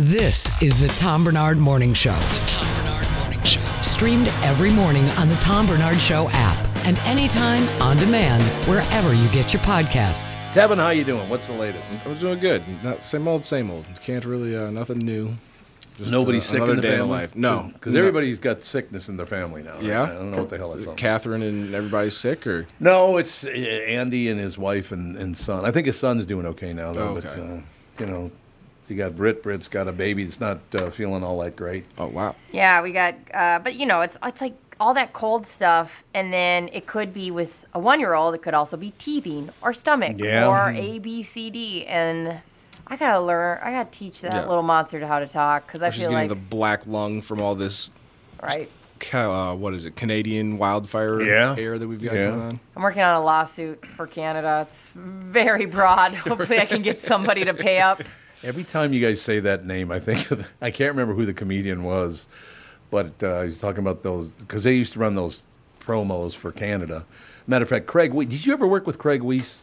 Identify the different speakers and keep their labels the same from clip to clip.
Speaker 1: This is the Tom Bernard Morning Show. The Tom Bernard Morning Show. Streamed every morning on the Tom Bernard Show app and anytime on demand wherever you get your podcasts.
Speaker 2: Tevin, how you doing? What's the latest?
Speaker 3: I was doing good. Not same old, same old. Can't really uh, nothing new. Just,
Speaker 2: Nobody's
Speaker 3: uh,
Speaker 2: sick
Speaker 3: another
Speaker 2: in the
Speaker 3: day in
Speaker 2: family.
Speaker 3: life. No,
Speaker 2: because
Speaker 3: no.
Speaker 2: everybody's got sickness in their family now. right?
Speaker 3: Yeah.
Speaker 2: I don't know what the hell it's on.
Speaker 3: Catherine and everybody's sick, or
Speaker 2: no, it's uh, Andy and his wife and, and son. I think his son's doing okay now, though.
Speaker 3: Oh,
Speaker 2: But
Speaker 3: okay.
Speaker 2: uh, you know, you got Britt. Britt's got a baby that's not uh, feeling all that great.
Speaker 3: oh wow,
Speaker 4: Yeah, we got, uh, but you know, it's it's like all that cold stuff, and then it could be with a one-year-old. It could also be teething or stomach
Speaker 2: Yeah. Mm-hmm.
Speaker 4: or A B C D, and I gotta learn. I gotta teach that
Speaker 3: Yeah.
Speaker 4: little monster to how to talk
Speaker 2: Oh,
Speaker 4: because I
Speaker 3: she's
Speaker 4: feel
Speaker 3: getting
Speaker 4: like
Speaker 3: the black lung from all this.
Speaker 4: right.
Speaker 3: ca- Uh, what is it? Canadian wildfire
Speaker 2: Yeah.
Speaker 3: air that we've got
Speaker 2: Yeah.
Speaker 3: going on.
Speaker 4: I'm working on a lawsuit for Canada. It's very broad. Hopefully, I can get somebody to pay up.
Speaker 2: Every time you guys say that name, I think of, I can't remember who the comedian was, but uh, he's talking about those because they used to run those promos for Canada. Matter of fact, Craig, Wee- did you ever work with Craig Weiss?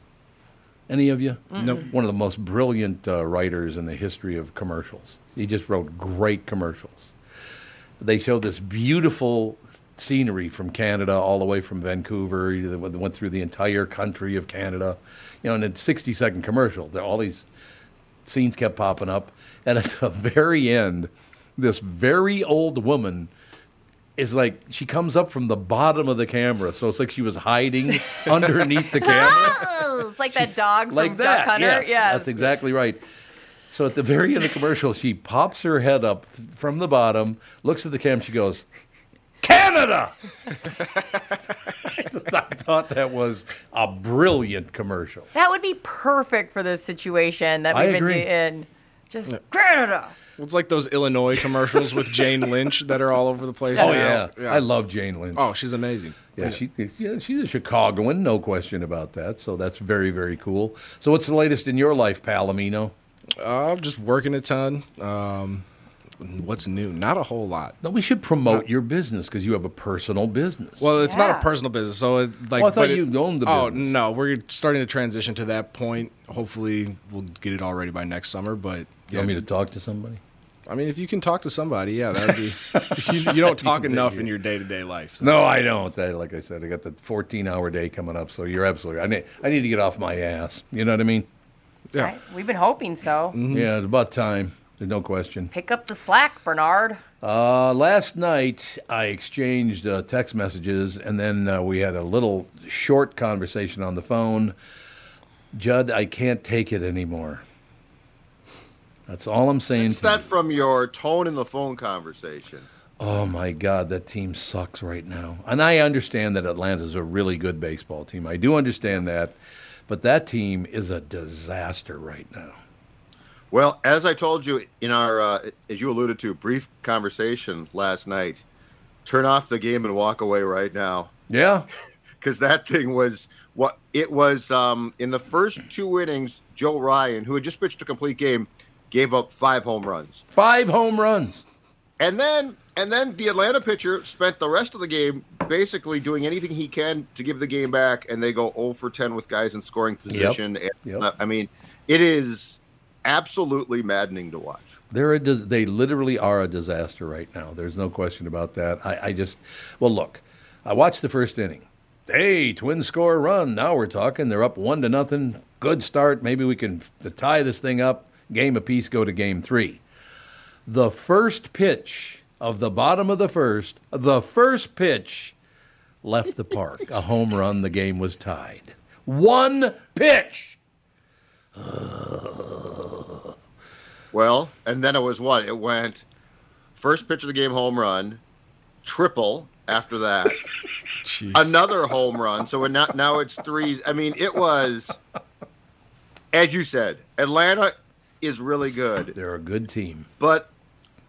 Speaker 2: Any of you? No. One of the most brilliant uh, writers in the history of commercials. He just wrote great commercials. They show this beautiful scenery from Canada, all the way from Vancouver. They went went through the entire country of Canada, you know, in a 60 second commercial. There are all these scenes kept popping up. And at the very end, this very old woman is like, she comes up from the bottom of the camera. So it's like she was hiding underneath the camera.
Speaker 4: Oh, it's like that dog from
Speaker 2: Like that.
Speaker 4: Duck Hunter.
Speaker 2: yes,
Speaker 4: yeah,
Speaker 2: That's exactly right. So at the very end of the commercial, she pops her head up th- from the bottom, looks at the camera, she goes, Canada! I thought that was a brilliant commercial.
Speaker 4: That would be perfect for this situation that
Speaker 2: I
Speaker 4: we've been
Speaker 2: agree.
Speaker 4: in. Just Canada.
Speaker 3: Well, it's like those Illinois commercials with Jane Lynch that are all over the place.
Speaker 2: Oh,
Speaker 3: now.
Speaker 2: yeah. I love Jane Lynch.
Speaker 3: Oh, she's amazing.
Speaker 2: Yeah, she, yeah, she's a Chicagoan, no question about that. So that's very, very cool. So what's the latest in your life, Palomino?
Speaker 3: Uh, just working a ton. Um, what's new? Not a whole lot.
Speaker 2: No, we should promote your business because you have a personal business.
Speaker 3: Well, it's not
Speaker 4: Yeah.
Speaker 3: a personal business, so it, like.
Speaker 2: Well, I thought
Speaker 3: but it-
Speaker 2: you owned the
Speaker 3: Oh
Speaker 2: business.
Speaker 3: no, we're starting to transition to that point. Hopefully, we'll get it all ready by next summer. But
Speaker 2: you want me to talk to somebody?
Speaker 3: I mean, if you can talk to somebody, yeah, that'd be. you, you don't talk enough in your day to day life. So.
Speaker 2: No, I don't. I, like I said, I got the 14-hour day coming up, so you're absolutely. I need, I need to get off my ass. You know what I mean?
Speaker 3: Yeah.
Speaker 4: Right? We've been hoping so.
Speaker 2: Yeah, it's about time. There's no question.
Speaker 4: Pick up the slack, Bernard.
Speaker 2: Uh, last night, I exchanged uh, text messages, and then uh, we had a little short conversation on the phone. Judd, I can't take it anymore. That's all I'm saying.
Speaker 5: It's
Speaker 2: to
Speaker 5: that
Speaker 2: you.
Speaker 5: from your tone in the phone conversation.
Speaker 2: Oh my God, that team sucks right now. And I understand that Atlanta's a really good baseball team. I do understand that, but that team is a disaster right now.
Speaker 5: Well, as I told you in our, uh, as you alluded to, brief conversation last night, turn off the game and walk away right now.
Speaker 2: Yeah,
Speaker 5: because that thing was what it was um, in the first two innings. Joe Ryan, who had just pitched a complete game, gave up five home runs,
Speaker 2: five home runs.
Speaker 5: and then and then the Atlanta pitcher spent the rest of the game basically doing anything he can to give the game back, and they go 0 for 10 with guys in scoring position. And,
Speaker 2: Yep.
Speaker 5: uh, I mean, it is absolutely maddening to watch.
Speaker 2: They're a dis- they literally are a disaster right now. There's no question about that. I, I just, well, look, I watched the first inning. Hey, twins score a run. Now we're talking. They're up one to nothing. Good start. Maybe we can f- tie this thing up. Game apiece, go to game three. The first pitch of the bottom of the first, the first pitch left the park. a home run. The game was tied. One pitch.
Speaker 5: Well, and then it was what it went. First pitch of the game, home run, triple after that.
Speaker 3: Jeez.
Speaker 5: another home run. So we're not, now it's threes. I mean, it was, as you said, Atlanta is really good.
Speaker 2: They're a good team.
Speaker 5: But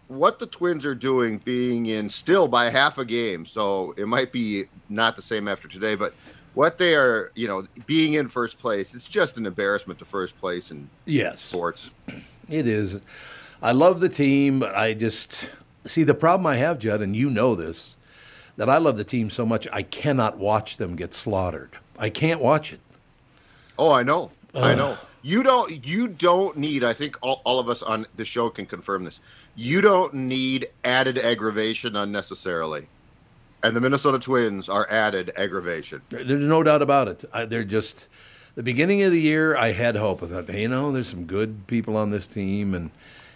Speaker 5: what the Twins are doing, being in still by half a game, so it might be not the same after today, but what they are, you know, being in first place, it's just an embarrassment to first place in
Speaker 2: Yes.
Speaker 5: sports.
Speaker 2: It is. I love the team, but I just see the problem I have, Judd, and you know this, that I love the team so much I cannot watch them get slaughtered. I can't watch it.
Speaker 5: Oh, I know. I know. You don't. You don't need. I think all, all of us on the show can confirm this. You don't need added aggravation unnecessarily, and the Minnesota Twins are added aggravation.
Speaker 2: There's no doubt about it. I, they're just the beginning of the year. I had hope. I thought, hey, you know, there's some good people on this team, and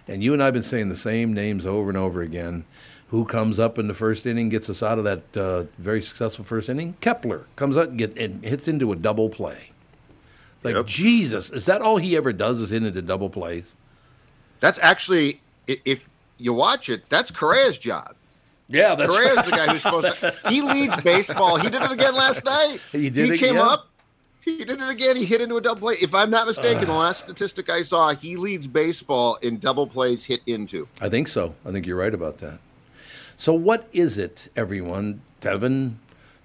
Speaker 2: and you and I've been saying the same names over and over again. Who comes up in the first inning gets us out of that uh, very successful first inning? Kepler comes up and, get, and hits into a double play. It's like
Speaker 5: Yep.
Speaker 2: Jesus, is that all he ever does? Is hit into double plays?
Speaker 5: That's actually, i- if you watch it, that's Correa's job.
Speaker 2: Yeah, that's
Speaker 5: Correa's the guy who's supposed to. He leads baseball. He did it again last night.
Speaker 2: He did
Speaker 5: He
Speaker 2: it
Speaker 5: came
Speaker 2: again?
Speaker 5: up. He did it again. He hit into a double play. If I'm not
Speaker 2: Uh.
Speaker 5: mistaken, the last statistic I saw, he leads baseball in double plays hit into.
Speaker 2: I think so. I think you're right about that. So, what is it, everyone? Tevin,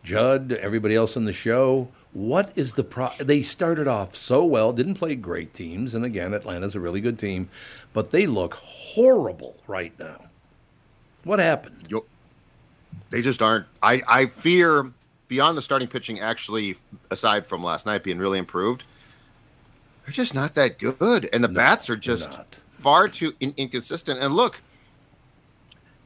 Speaker 2: Judd, everybody else on the show. What is the pro? They started off so well, didn't play great teams, and again, Atlanta's a really good team, but they look horrible right now. What happened?
Speaker 5: You'll, they just aren't. I, I fear beyond the starting pitching, actually, aside from last night being really improved, they're just not that good. And the bats are just
Speaker 2: not.
Speaker 5: far too in- inconsistent. And look,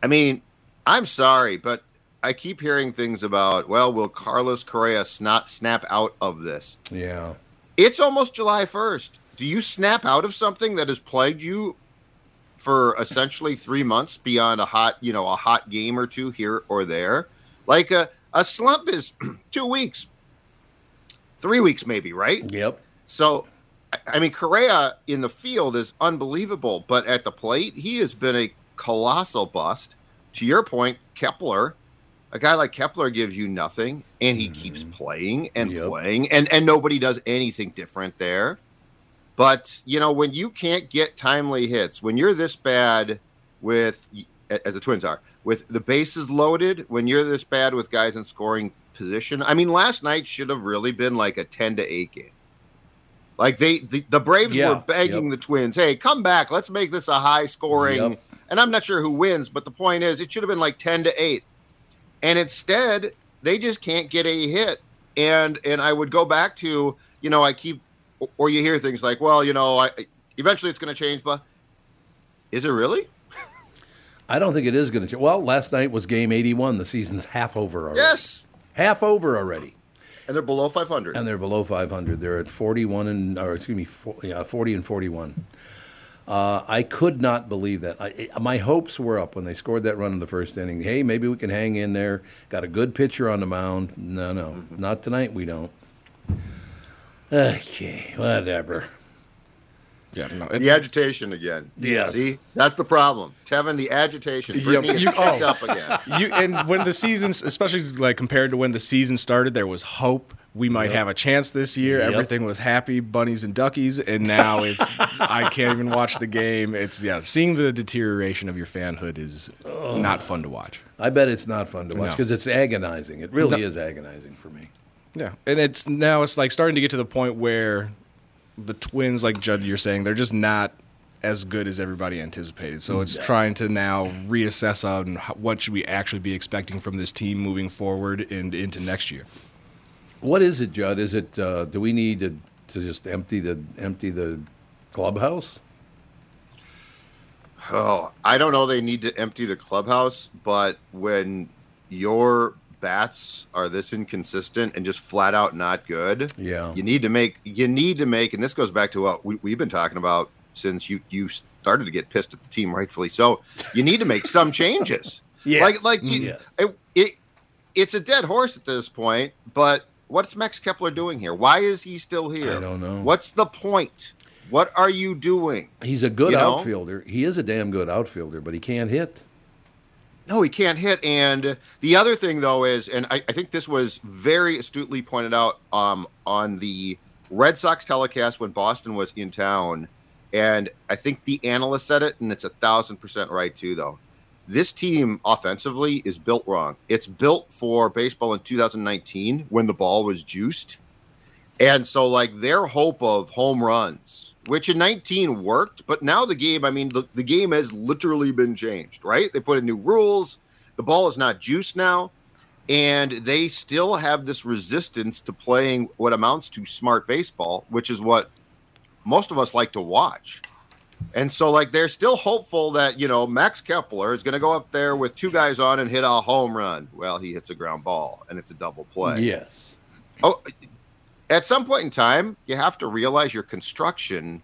Speaker 5: I mean, I'm sorry, but I keep hearing things about, well, will Carlos Correa snot snap out of this?
Speaker 2: Yeah,
Speaker 5: It's almost July 1st. Do you snap out of something that has plagued you for essentially three months beyond a hot, you know, a hot game or two here or there? Like a, a slump is two weeks, three weeks maybe, right?
Speaker 2: yep.
Speaker 5: So, I- I mean, Correa in the field is unbelievable, but at the plate, he has been a colossal bust. To your point, Kepler, a guy like Kepler gives you nothing, and he keeps playing and
Speaker 2: Yep.
Speaker 5: playing, and and nobody does anything different there. But you know, when you can't get timely hits, when you're this bad with as the Twins are with the bases loaded, when you're this bad with guys in scoring position, I mean, last night should have really been like a ten to eight game. Like they, the, the Braves
Speaker 2: Yeah,
Speaker 5: were begging
Speaker 2: yep.
Speaker 5: the Twins, "Hey, come back! Let's make this a high scoring."
Speaker 2: Yep.
Speaker 5: And I'm not sure who wins, but the point is, it should have been like ten to eight, and instead they just can't get a hit. And and I would go back to you know I keep or you hear things like, "Well, you know, I eventually it's going to change," but is it really?
Speaker 2: I don't think it is going to. Ch- well, last night was game 81. The season's half over already.
Speaker 5: Yes,
Speaker 2: half over already.
Speaker 5: and they're below 500.
Speaker 2: and they're below 500. They're at 41 and, or excuse me, 40, yeah, 40 and 41. Uh, I could not believe that. I, I- my hopes were up when they scored that run in the first inning. Hey, maybe we can hang in there. Got a good pitcher on the mound. No, no,
Speaker 3: Mm-hmm.
Speaker 2: not tonight. We don't. Okay, whatever.
Speaker 3: Yeah, no, it's,
Speaker 5: the agitation again.
Speaker 2: Yes.
Speaker 5: See, that's the problem, Tevin. The agitation.
Speaker 3: Yep.
Speaker 5: Brittany has
Speaker 3: You-
Speaker 5: picked
Speaker 3: oh.
Speaker 5: up again.
Speaker 3: you and when the seasons, especially like compared to when the season started, there was hope we might have a chance this year.
Speaker 2: Yep.
Speaker 3: Everything was happy, bunnies and duckies, and now it's I can't even watch the game. It's yeah, seeing the deterioration of your fanhood is not fun to watch.
Speaker 2: I bet it's not fun to watch
Speaker 3: No.
Speaker 2: because it's agonizing. It really
Speaker 3: No.
Speaker 2: is agonizing for me.
Speaker 3: Yeah, and it's now it's like starting to get to the point where the twins, like Judd, you're saying, they're just not as good as everybody anticipated. So it's trying to now reassess on how- what should we actually be expecting from this team moving forward and into next year.
Speaker 2: What is it, Judd? Is it? Uh, do we need to, to just empty the empty the clubhouse?
Speaker 5: Oh, I don't know. They need to empty the clubhouse, but when your bats are this inconsistent and just flat out not good,
Speaker 2: Yeah.
Speaker 5: you need to make you need to make, and this goes back to what we, we've been talking about since you you started to get pissed at the team, rightfully so. You need to make some changes.
Speaker 2: Yes.
Speaker 5: like like you-
Speaker 2: Yeah.
Speaker 5: it, it it's a dead horse at this point. But what's Max Kepler doing here? Why is he still here?
Speaker 2: I don't know.
Speaker 5: What's the point? What are you doing?
Speaker 2: He's a good
Speaker 5: You know?
Speaker 2: outfielder. He is a damn good outfielder, but he can't hit.
Speaker 5: No, he can't hit. And the other thing, though, is, and I, I think this was very astutely pointed out um, on the Red Sox telecast when Boston was in town. And I think the analyst said it, and it's a thousand percent right, too, though. This team offensively is built wrong. It's built for baseball in 2019 when the ball was juiced. And so, like, their hope of home runs, which in 19 worked, but now the game, I mean, the, the game has literally been changed, right? They put in new rules. The ball is not juiced now. And they still have this resistance to playing what amounts to smart baseball, which is what most of us like to watch. And so, like, they're still hopeful that, you know, Max Kepler is going to go up there with two guys on and hit a home run. Well, he hits a ground ball and it's a double play.
Speaker 2: Yes.
Speaker 5: Oh, at some point in time, you have to realize your construction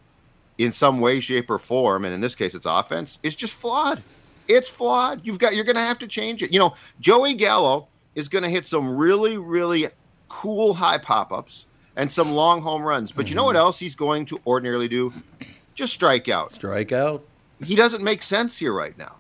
Speaker 5: in some way, shape, or form, and in this case, it's offense, is just flawed. It's flawed. You've got, you're going to have to change it. You know, Joey Gallo is going to hit some really, really cool high pop ups and some long home runs. But you know what else he's going to ordinarily do? Just strike out
Speaker 2: Strike out.
Speaker 5: he doesn't make sense here right now.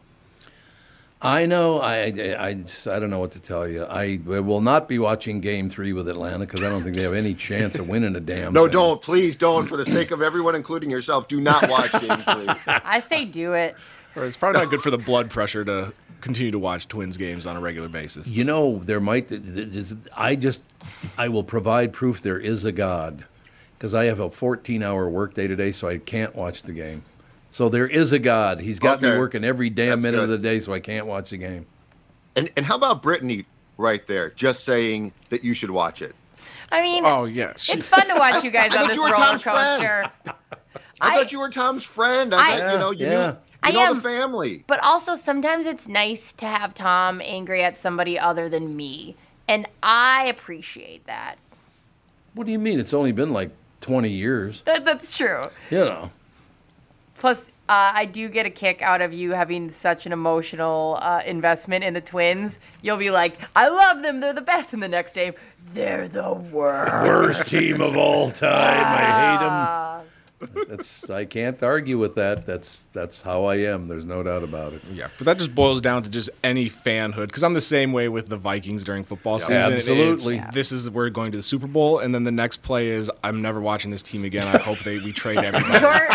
Speaker 2: I know. I, I, I, just- I don't know what to tell you. I, will not be watching Game Three with Atlanta because I don't think they have any chance of winning a damn.
Speaker 5: No,
Speaker 2: thing.
Speaker 5: don't. Please don't. For the sake of everyone, including yourself, do not watch Game Three.
Speaker 4: I say do it.
Speaker 3: Or it's probably not good for the blood pressure to continue to watch Twins games on a regular basis.
Speaker 2: You know, there might. th- th- th- I just, I will provide proof there is a God, because I have a 14-hour workday today, so I can't watch the game. So there is a God. He's got me
Speaker 5: Okay.
Speaker 2: working every damn
Speaker 5: That's
Speaker 2: minute of the
Speaker 5: good.
Speaker 2: day, so I can't watch the game.
Speaker 5: And and how about Brittany right there, just saying that you should watch it.
Speaker 4: I mean,
Speaker 3: Oh yeah, she-
Speaker 4: it's fun to watch you guys
Speaker 5: I
Speaker 4: on
Speaker 5: thought
Speaker 4: this
Speaker 5: you were
Speaker 4: roller
Speaker 5: Tom's friend.
Speaker 4: coaster.
Speaker 5: I,
Speaker 4: I-
Speaker 5: thought you were Tom's friend. I,
Speaker 4: I-
Speaker 5: thought, you know, you,
Speaker 2: Yeah,
Speaker 5: you
Speaker 4: yeah.
Speaker 5: know
Speaker 4: I
Speaker 5: the
Speaker 4: am.
Speaker 5: family.
Speaker 4: But also, sometimes it's nice to have Tom angry at somebody other than me. And I appreciate that.
Speaker 2: What do you mean? It's only been like 20 years.
Speaker 4: that that's true.
Speaker 2: You know.
Speaker 4: Plus, uh, I do get a kick out of you having such an emotional uh, investment in the twins. You'll be like, I love them. They're the best. And the next day, they're the worst.
Speaker 2: Worst team of all time. I hate him. That's I can't argue with that. That's that's how I am. There's no doubt about it.
Speaker 3: yeah, but that just boils down to just any fanhood because I'm the same way with the Vikings during football season. It's,
Speaker 2: Absolutely.
Speaker 3: this is we're going to the Super Bowl, and then the next play is I'm never watching this team again. I hope they we trade everybody.
Speaker 4: Your-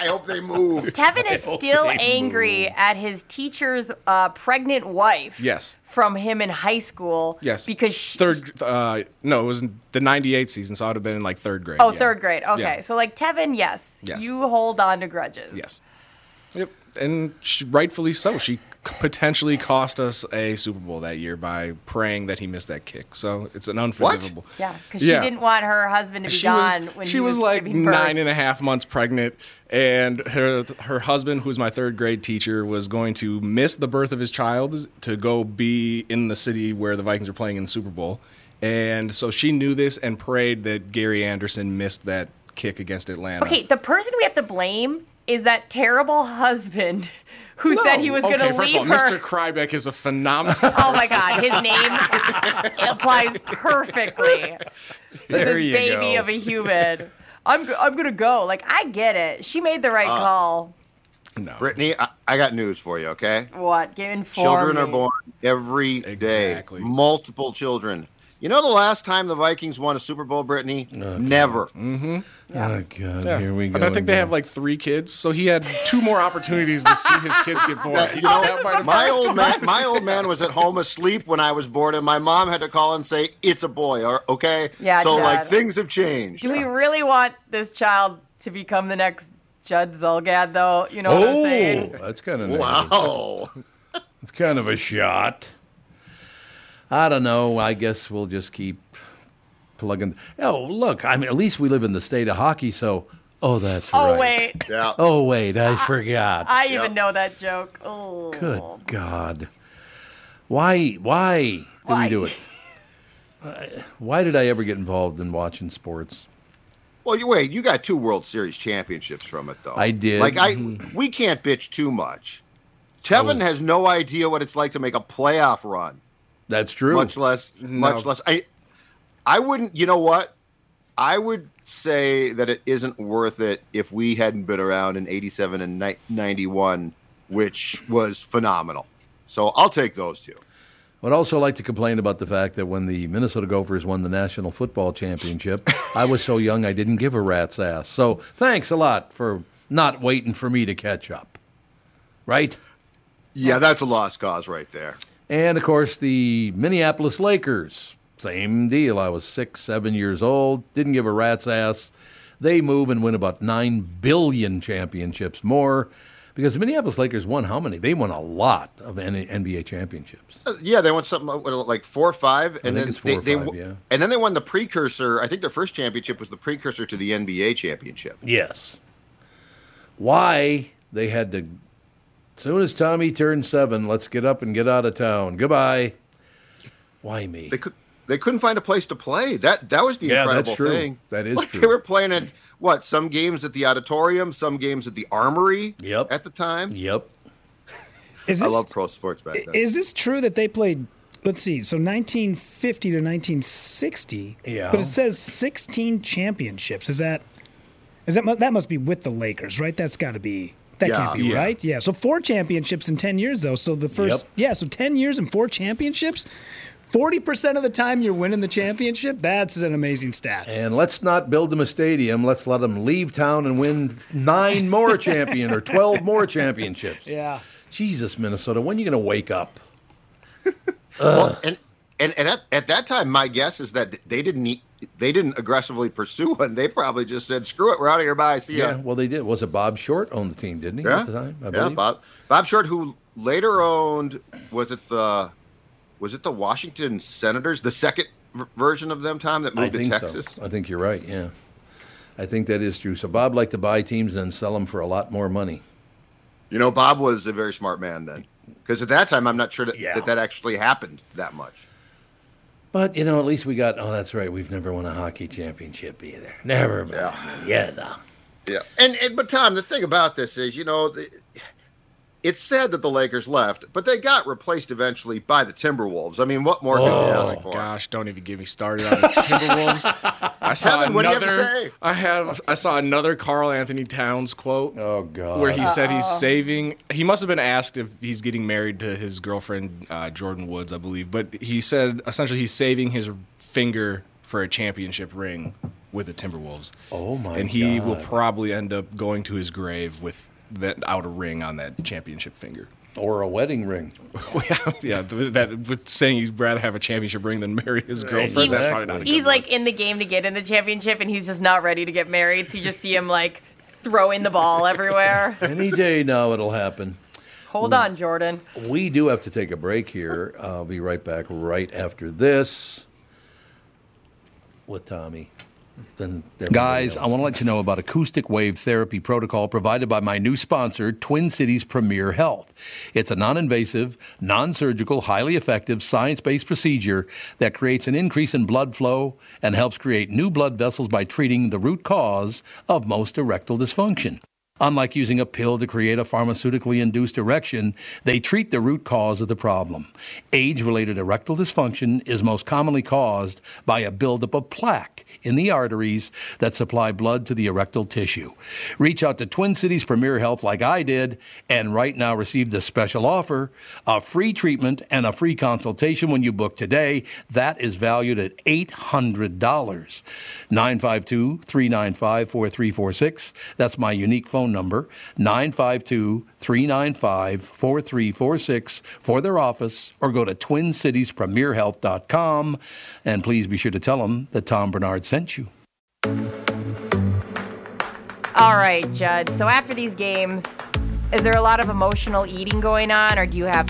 Speaker 5: I hope they move.
Speaker 4: Tevin is still
Speaker 2: they move.
Speaker 4: angry at his teacher's uh, pregnant wife.
Speaker 3: Yes.
Speaker 4: From him in high school.
Speaker 3: Yes,
Speaker 4: Because she,
Speaker 3: third. Uh, no, it was the '98 season, so I'd have been in like third grade.
Speaker 4: Oh,
Speaker 3: yeah.
Speaker 4: third grade. Okay.
Speaker 3: Yeah.
Speaker 4: So, like, Tevin, yes,
Speaker 3: Yes.
Speaker 4: You hold on to grudges.
Speaker 3: Yes. Yep. And she, rightfully so. She c- potentially cost us a Super Bowl that year by praying that he missed that kick. So it's an unforgivable.
Speaker 4: Yeah. Because
Speaker 3: Yeah.
Speaker 4: she didn't want her husband to be
Speaker 3: She
Speaker 4: gone
Speaker 3: was,
Speaker 4: when
Speaker 3: she
Speaker 4: he
Speaker 3: was,
Speaker 4: was,
Speaker 3: like
Speaker 4: giving birth.
Speaker 3: nine and a half months pregnant, and her her husband, who's my third grade teacher, was going to miss the birth of his child to go be in the city where the Vikings are playing in the Super Bowl, and so she knew this and prayed that Gary Anderson missed that kick against Atlanta.
Speaker 4: Okay, the person we have to blame is that terrible husband who said he was going to
Speaker 3: okay,
Speaker 4: leave
Speaker 3: first of all, Mr.
Speaker 4: her.
Speaker 3: Krybeck is a phenomenal.
Speaker 4: Oh my God, his name applies perfectly to
Speaker 2: There
Speaker 4: this
Speaker 2: you
Speaker 4: baby
Speaker 2: go.
Speaker 4: of a human. I'm go- I'm gonna go. Like I get it. She made the right
Speaker 5: Uh,
Speaker 4: call.
Speaker 3: no.
Speaker 5: Brittany, I, I got news for you. Okay,
Speaker 4: What? Get informed.
Speaker 5: children are born every day.
Speaker 3: Exactly.
Speaker 5: Multiple children. You know the last time the Vikings won a Super Bowl, Brittany?
Speaker 2: Oh
Speaker 5: Never.
Speaker 2: God, here we go.
Speaker 3: And I think they
Speaker 2: again.
Speaker 3: have like three kids, so he had two more opportunities to see his kids get born. He got that by the-
Speaker 5: My old man, my old man was at home asleep when I was born, and my mom had to call and say it's a boy. Or okay,
Speaker 4: Yeah,
Speaker 5: So like
Speaker 4: Dad.
Speaker 5: things have changed. Oh.
Speaker 4: Do we really want this child to become the next Judd Zulgad, though? You know what I'm
Speaker 2: Oh,
Speaker 4: saying?
Speaker 2: that's kind of
Speaker 5: Wow.
Speaker 2: It's kind of a shot. I don't know. I guess we'll just keep plugging. Oh, look. I mean, at least we live in the state of hockey, so. Oh, that's
Speaker 4: Oh
Speaker 2: right.
Speaker 4: wait,
Speaker 5: Yeah.
Speaker 2: Oh wait, I forgot.
Speaker 4: I
Speaker 5: Yeah.
Speaker 4: even know that joke. Oh.
Speaker 2: Good God. Why? Why do we
Speaker 4: Why?
Speaker 2: do it? Uh, Why did I ever get involved in watching sports?
Speaker 5: Well, you wait. You got two World Series championships from it, though.
Speaker 2: I did. Mm-hmm.
Speaker 5: Like I, we can't bitch too much.
Speaker 2: Oh.
Speaker 5: Tevin has no idea what it's like to make a playoff run,
Speaker 2: That's true.
Speaker 5: much less, much less. I, I wouldn't. You know what? I would say that it isn't worth it if we hadn't been around in '87 and ni- '91, which was phenomenal. So I'll take those two.
Speaker 2: I'd also like to complain about the fact that when the Minnesota Gophers won the national football championship, I was so young I didn't give a rat's ass. So thanks a lot for not waiting for me to catch up. Right?
Speaker 5: Yeah, that's a lost cause right there.
Speaker 2: And of course, the Minneapolis Lakers, same deal. I was six, seven years old, didn't give a rat's ass. They move and win about 9 billion championships more Because the Minneapolis Lakers won how many? They won a lot of N- NBA championships.
Speaker 5: Uh, Yeah, they won something like- what, like four or five, and
Speaker 2: think
Speaker 5: then
Speaker 2: it's four
Speaker 5: they,
Speaker 2: or
Speaker 5: they
Speaker 2: five,
Speaker 5: w-
Speaker 2: yeah.
Speaker 5: and then they won the precursor. I think their first championship was the precursor to the NBA championship.
Speaker 2: Yes. Why they had to, soon as Tommy turned seven, let's get up and get out of town. Goodbye. Why me?
Speaker 5: They could they couldn't find a place to play. That that was the
Speaker 2: Yeah,
Speaker 5: incredible
Speaker 2: that's true.
Speaker 5: thing.
Speaker 2: That is
Speaker 5: like
Speaker 2: true.
Speaker 5: they were playing at what some games at the auditorium, some games at the Armory.
Speaker 2: Yep.
Speaker 5: At the time,
Speaker 2: Yep.
Speaker 6: Is
Speaker 5: I
Speaker 6: this
Speaker 5: love pro sports back then.
Speaker 6: is this true that they played? Let's see. So 1950 to 1960.
Speaker 2: Yeah.
Speaker 6: But it says 16 championships. Is that is that mu- that must be with the Lakers, right? That's got to be. That can't
Speaker 5: Yeah.
Speaker 6: be
Speaker 3: Yeah.
Speaker 6: right. Yeah. So four championships in 10 years though. So the first
Speaker 2: Yep.
Speaker 6: yeah, so 10 years and four championships. 40% of the time you're winning the championship. That's an amazing stat.
Speaker 2: And let's not build them a stadium. Let's let them leave town and win nine more champion or 12 more championships.
Speaker 6: Yeah.
Speaker 2: Jesus, Minnesota, when are you going to wake up? Uh.
Speaker 5: well, and and, and at, at that time, my guess is that they didn't need, they didn't aggressively pursue one. They probably just said, "Screw it, we're out of here. Bye, see ya."
Speaker 2: well, they did. Was it Bob Short owned the team, didn't he,
Speaker 5: Yeah,
Speaker 2: at the time? I
Speaker 5: yeah,
Speaker 2: believe?
Speaker 5: Bob Bob Short, who later owned was it the was it the Washington Senators, the second v- version of them, Tom, that
Speaker 2: I
Speaker 5: moved to
Speaker 2: think
Speaker 5: Texas.
Speaker 2: so. I think you're right, yeah. I think that is true. So Bob liked to buy teams and then sell them for a lot more money.
Speaker 5: You know, Bob was a very smart man then, because at that time, I'm not sure that,
Speaker 2: Yeah.
Speaker 5: that that actually happened that much.
Speaker 2: But, you know, at least we got, oh, that's right. We've never won a hockey championship either. Never. Yeah. yeah no.
Speaker 5: Yeah, and, and but Tom, the thing about this is, you know, the, it's sad that the Lakers left, but they got replaced eventually by the Timberwolves. I mean, what more could you
Speaker 2: Oh,
Speaker 5: ask for?
Speaker 3: Gosh, don't even get me started on the Timberwolves. I saw
Speaker 5: Kevin, what do you have to say?
Speaker 3: another. I have. I saw another Carl Anthony Towns quote.
Speaker 2: Oh, God.
Speaker 3: where he said he's saving. He must have been asked if he's getting married to his girlfriend uh, Jordan Woods, I believe. But he said essentially he's saving his finger for a championship ring with the Timberwolves.
Speaker 2: Oh, my
Speaker 3: And he will
Speaker 2: God.
Speaker 3: probably end up going to his grave with that out a ring on that championship finger.
Speaker 2: or a wedding ring.
Speaker 3: yeah, th- that with saying he'd rather have a championship ring than marry his girlfriend. That's probably not. A good
Speaker 4: He's
Speaker 3: look.
Speaker 4: like in the game to get in the championship, and he's just not ready to get married. So you just see him like throwing the ball everywhere.
Speaker 2: Any day now it'll happen.
Speaker 4: Hold on, Jordan.
Speaker 2: We do have to take a break here. I'll be right back right after this with Tommy. Then Guys, I want to let you know about acoustic wave therapy protocol provided by my new sponsor, Twin Cities Premier Health. It's a non invasive, non surgical, highly effective, science based procedure that creates an increase in blood flow and helps create new blood vessels by treating the root cause of most erectile dysfunction. Unlike using a pill to create a pharmaceutically induced erection, they treat the root cause of the problem. Age related erectile dysfunction is most commonly caused by a buildup of plaque in the arteries that supply blood to the erectile tissue. Reach out to Twin Cities Premier Health like I did, and right now receive the special offer a free treatment and a free consultation when you book today. That is valued at $800. 952 395 4346. That's my unique phone number 952 395 4346 for their office or go to twincitiespremierhealth.com and please be sure to tell them that Tom Bernard sent you.
Speaker 4: All right, Judd. So after these games, is there a lot of emotional eating going on, or do you have?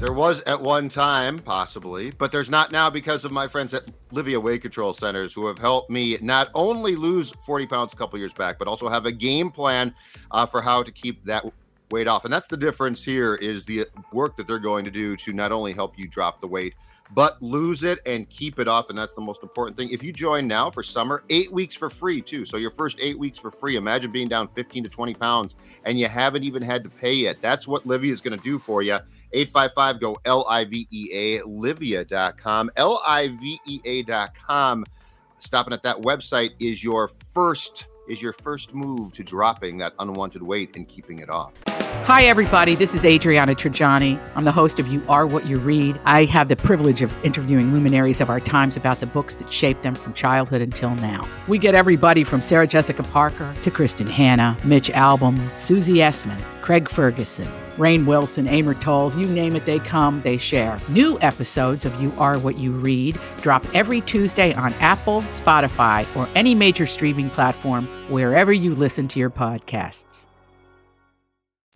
Speaker 5: There was at one time, possibly, but there's not now because of my friends at Livia Weight Control Centers who have helped me not only lose 40 pounds a couple years back, but also have a game plan uh, for how to keep that weight off. And that's the difference here is the work that they're going to do to not only help you drop the weight, but lose it and keep it off. And that's the most important thing. If you join now for summer, eight weeks for free, too. So your first eight weeks for free. Imagine being down 15 to 20 pounds and you haven't even had to pay yet. That's what Livia is going to do for you. 855 go L I V E A, livia.com, L I V E A.com. Stopping at that website is your first. Is your first move to dropping that unwanted weight and keeping it off?
Speaker 7: Hi, everybody. This is Adriana Trajani. I'm the host of You Are What You Read. I have the privilege of interviewing luminaries of our times about the books that shaped them from childhood until now. We get everybody from Sarah Jessica Parker to Kristen Hanna, Mitch Albom, Susie Essman, Craig Ferguson, Rain Wilson, Amor Tolls, you name it, they come, they share. New episodes of You Are What You Read drop every Tuesday on Apple, Spotify, or any major streaming platform wherever you listen to your podcasts.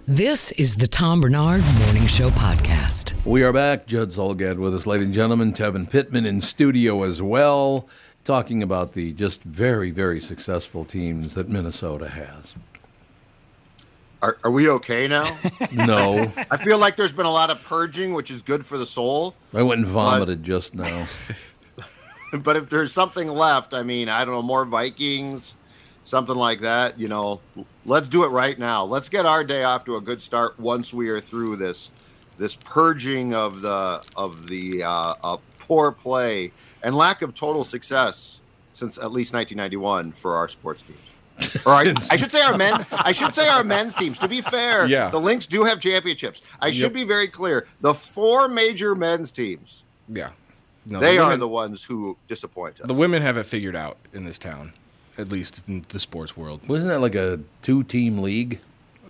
Speaker 1: This is the Tom Bernard Morning Show Podcast.
Speaker 2: We are back. Judd Zolgad with us, ladies and gentlemen. Tevin Pittman in studio as well, talking about the just very, very successful teams that Minnesota has.
Speaker 5: Are, are we okay now?
Speaker 2: No,
Speaker 5: I feel like there's been a lot of purging, which is good for the soul.
Speaker 2: I went and vomited just now.
Speaker 5: But if there's something left, I mean, I don't know, more Vikings, something like that, you know, let's do it right now. Let's get our day off to a good start once we are through this this purging of the of the uh, uh, poor play and lack of total success since at least 1991 for our sports teams. Or I, I should say our men. I should say our men's teams. To be fair,
Speaker 3: Yeah.
Speaker 5: the Lynx do have championships. I should be very clear. The four major men's teams,
Speaker 3: Yeah. No,
Speaker 5: they
Speaker 3: the
Speaker 5: are
Speaker 3: women-
Speaker 5: the ones who disappoint us.
Speaker 3: The women have it figured out in this town, at least in the sports world.
Speaker 2: Wasn't that like a two-team league?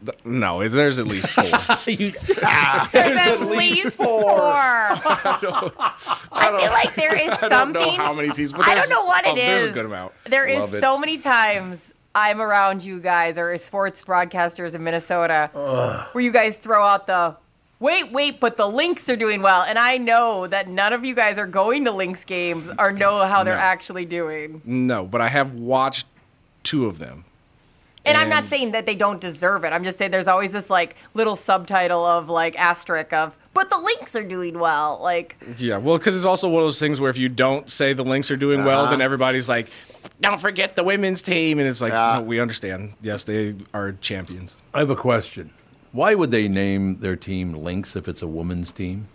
Speaker 3: Th- No, there's at least four.
Speaker 4: There's at least four. I, feel like there is something.
Speaker 3: I don't know how many teams, but
Speaker 4: I
Speaker 3: there's-
Speaker 4: don't know what
Speaker 3: oh,
Speaker 4: it is.
Speaker 3: there's a good amount.
Speaker 4: There is
Speaker 2: Love it.
Speaker 4: so many times I'm around you guys or as sports broadcasters in Minnesota where you guys throw out the wait, wait, but the Lynx are doing well. And I know that none of you guys are going to Lynx games or know how they're
Speaker 3: No.
Speaker 4: actually doing.
Speaker 3: No, but I have watched two of them.
Speaker 4: And I'm not
Speaker 3: And-
Speaker 4: saying that they don't deserve it. I'm just saying there's always this like little subtitle of like asterisk of, but the Lynx are doing well. Like,
Speaker 3: Yeah, well, because it's also one of those things where if you don't say the Lynx are doing well,
Speaker 5: Uh-huh.
Speaker 3: then everybody's like, "Don't forget the women's team," and it's like, no, we understand. Yes, they are champions.
Speaker 2: I have a question. Why would they name their team Lynx if it's a woman's team?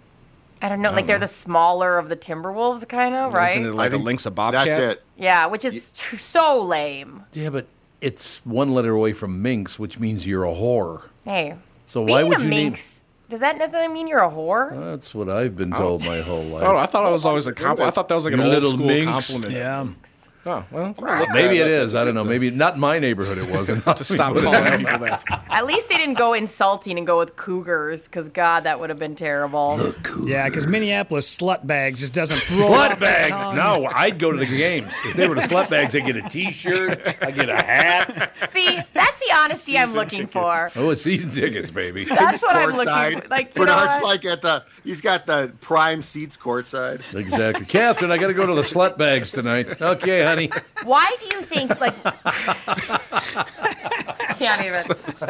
Speaker 4: I don't know, like they're the smaller of the Timberwolves, kind of, right?
Speaker 3: Isn't it like a
Speaker 5: think
Speaker 3: Lynx a bobcat?
Speaker 5: That's it.
Speaker 4: yeah, which is tr- so lame.
Speaker 2: Yeah, but it's one letter away from minx, which means you're a whore.
Speaker 4: Hey,
Speaker 2: So
Speaker 4: being
Speaker 2: why would
Speaker 4: a
Speaker 2: you name- Uh.
Speaker 4: minx, does that necessarily mean you're a whore?
Speaker 2: That's what I've been told my whole life.
Speaker 3: Oh, I thought I was always a compliment. I thought that was like an
Speaker 2: You
Speaker 3: old
Speaker 2: little
Speaker 3: school
Speaker 2: minx.
Speaker 3: compliment.
Speaker 6: Yeah.
Speaker 3: Oh well,
Speaker 2: Maybe it is. I don't know. Maybe not in my neighborhood. It wasn't.
Speaker 3: to stop calling people that.
Speaker 4: At least they didn't go insulting and go with cougars, because God, that would have been terrible.
Speaker 6: Yeah, because Minneapolis slut bags just doesn't roll
Speaker 2: Slut
Speaker 6: off the
Speaker 2: bag.
Speaker 6: tongue.
Speaker 2: No, I'd go to the games. If they were the slut bags, I'd get a T-shirt. I'd get a hat.
Speaker 4: See, that's the honesty I'm
Speaker 3: Season
Speaker 4: looking
Speaker 3: tickets.
Speaker 4: for.
Speaker 2: Oh, it's season tickets, baby.
Speaker 4: That's what I'm looking
Speaker 5: Courtside.
Speaker 4: for. Like, you know
Speaker 5: Bernard's
Speaker 4: what?
Speaker 5: like at the he's got the prime seats courtside.
Speaker 2: Exactly, Catherine. I got to go to the slut bags tonight. Okay, honey.
Speaker 4: why do you think like? Can't even.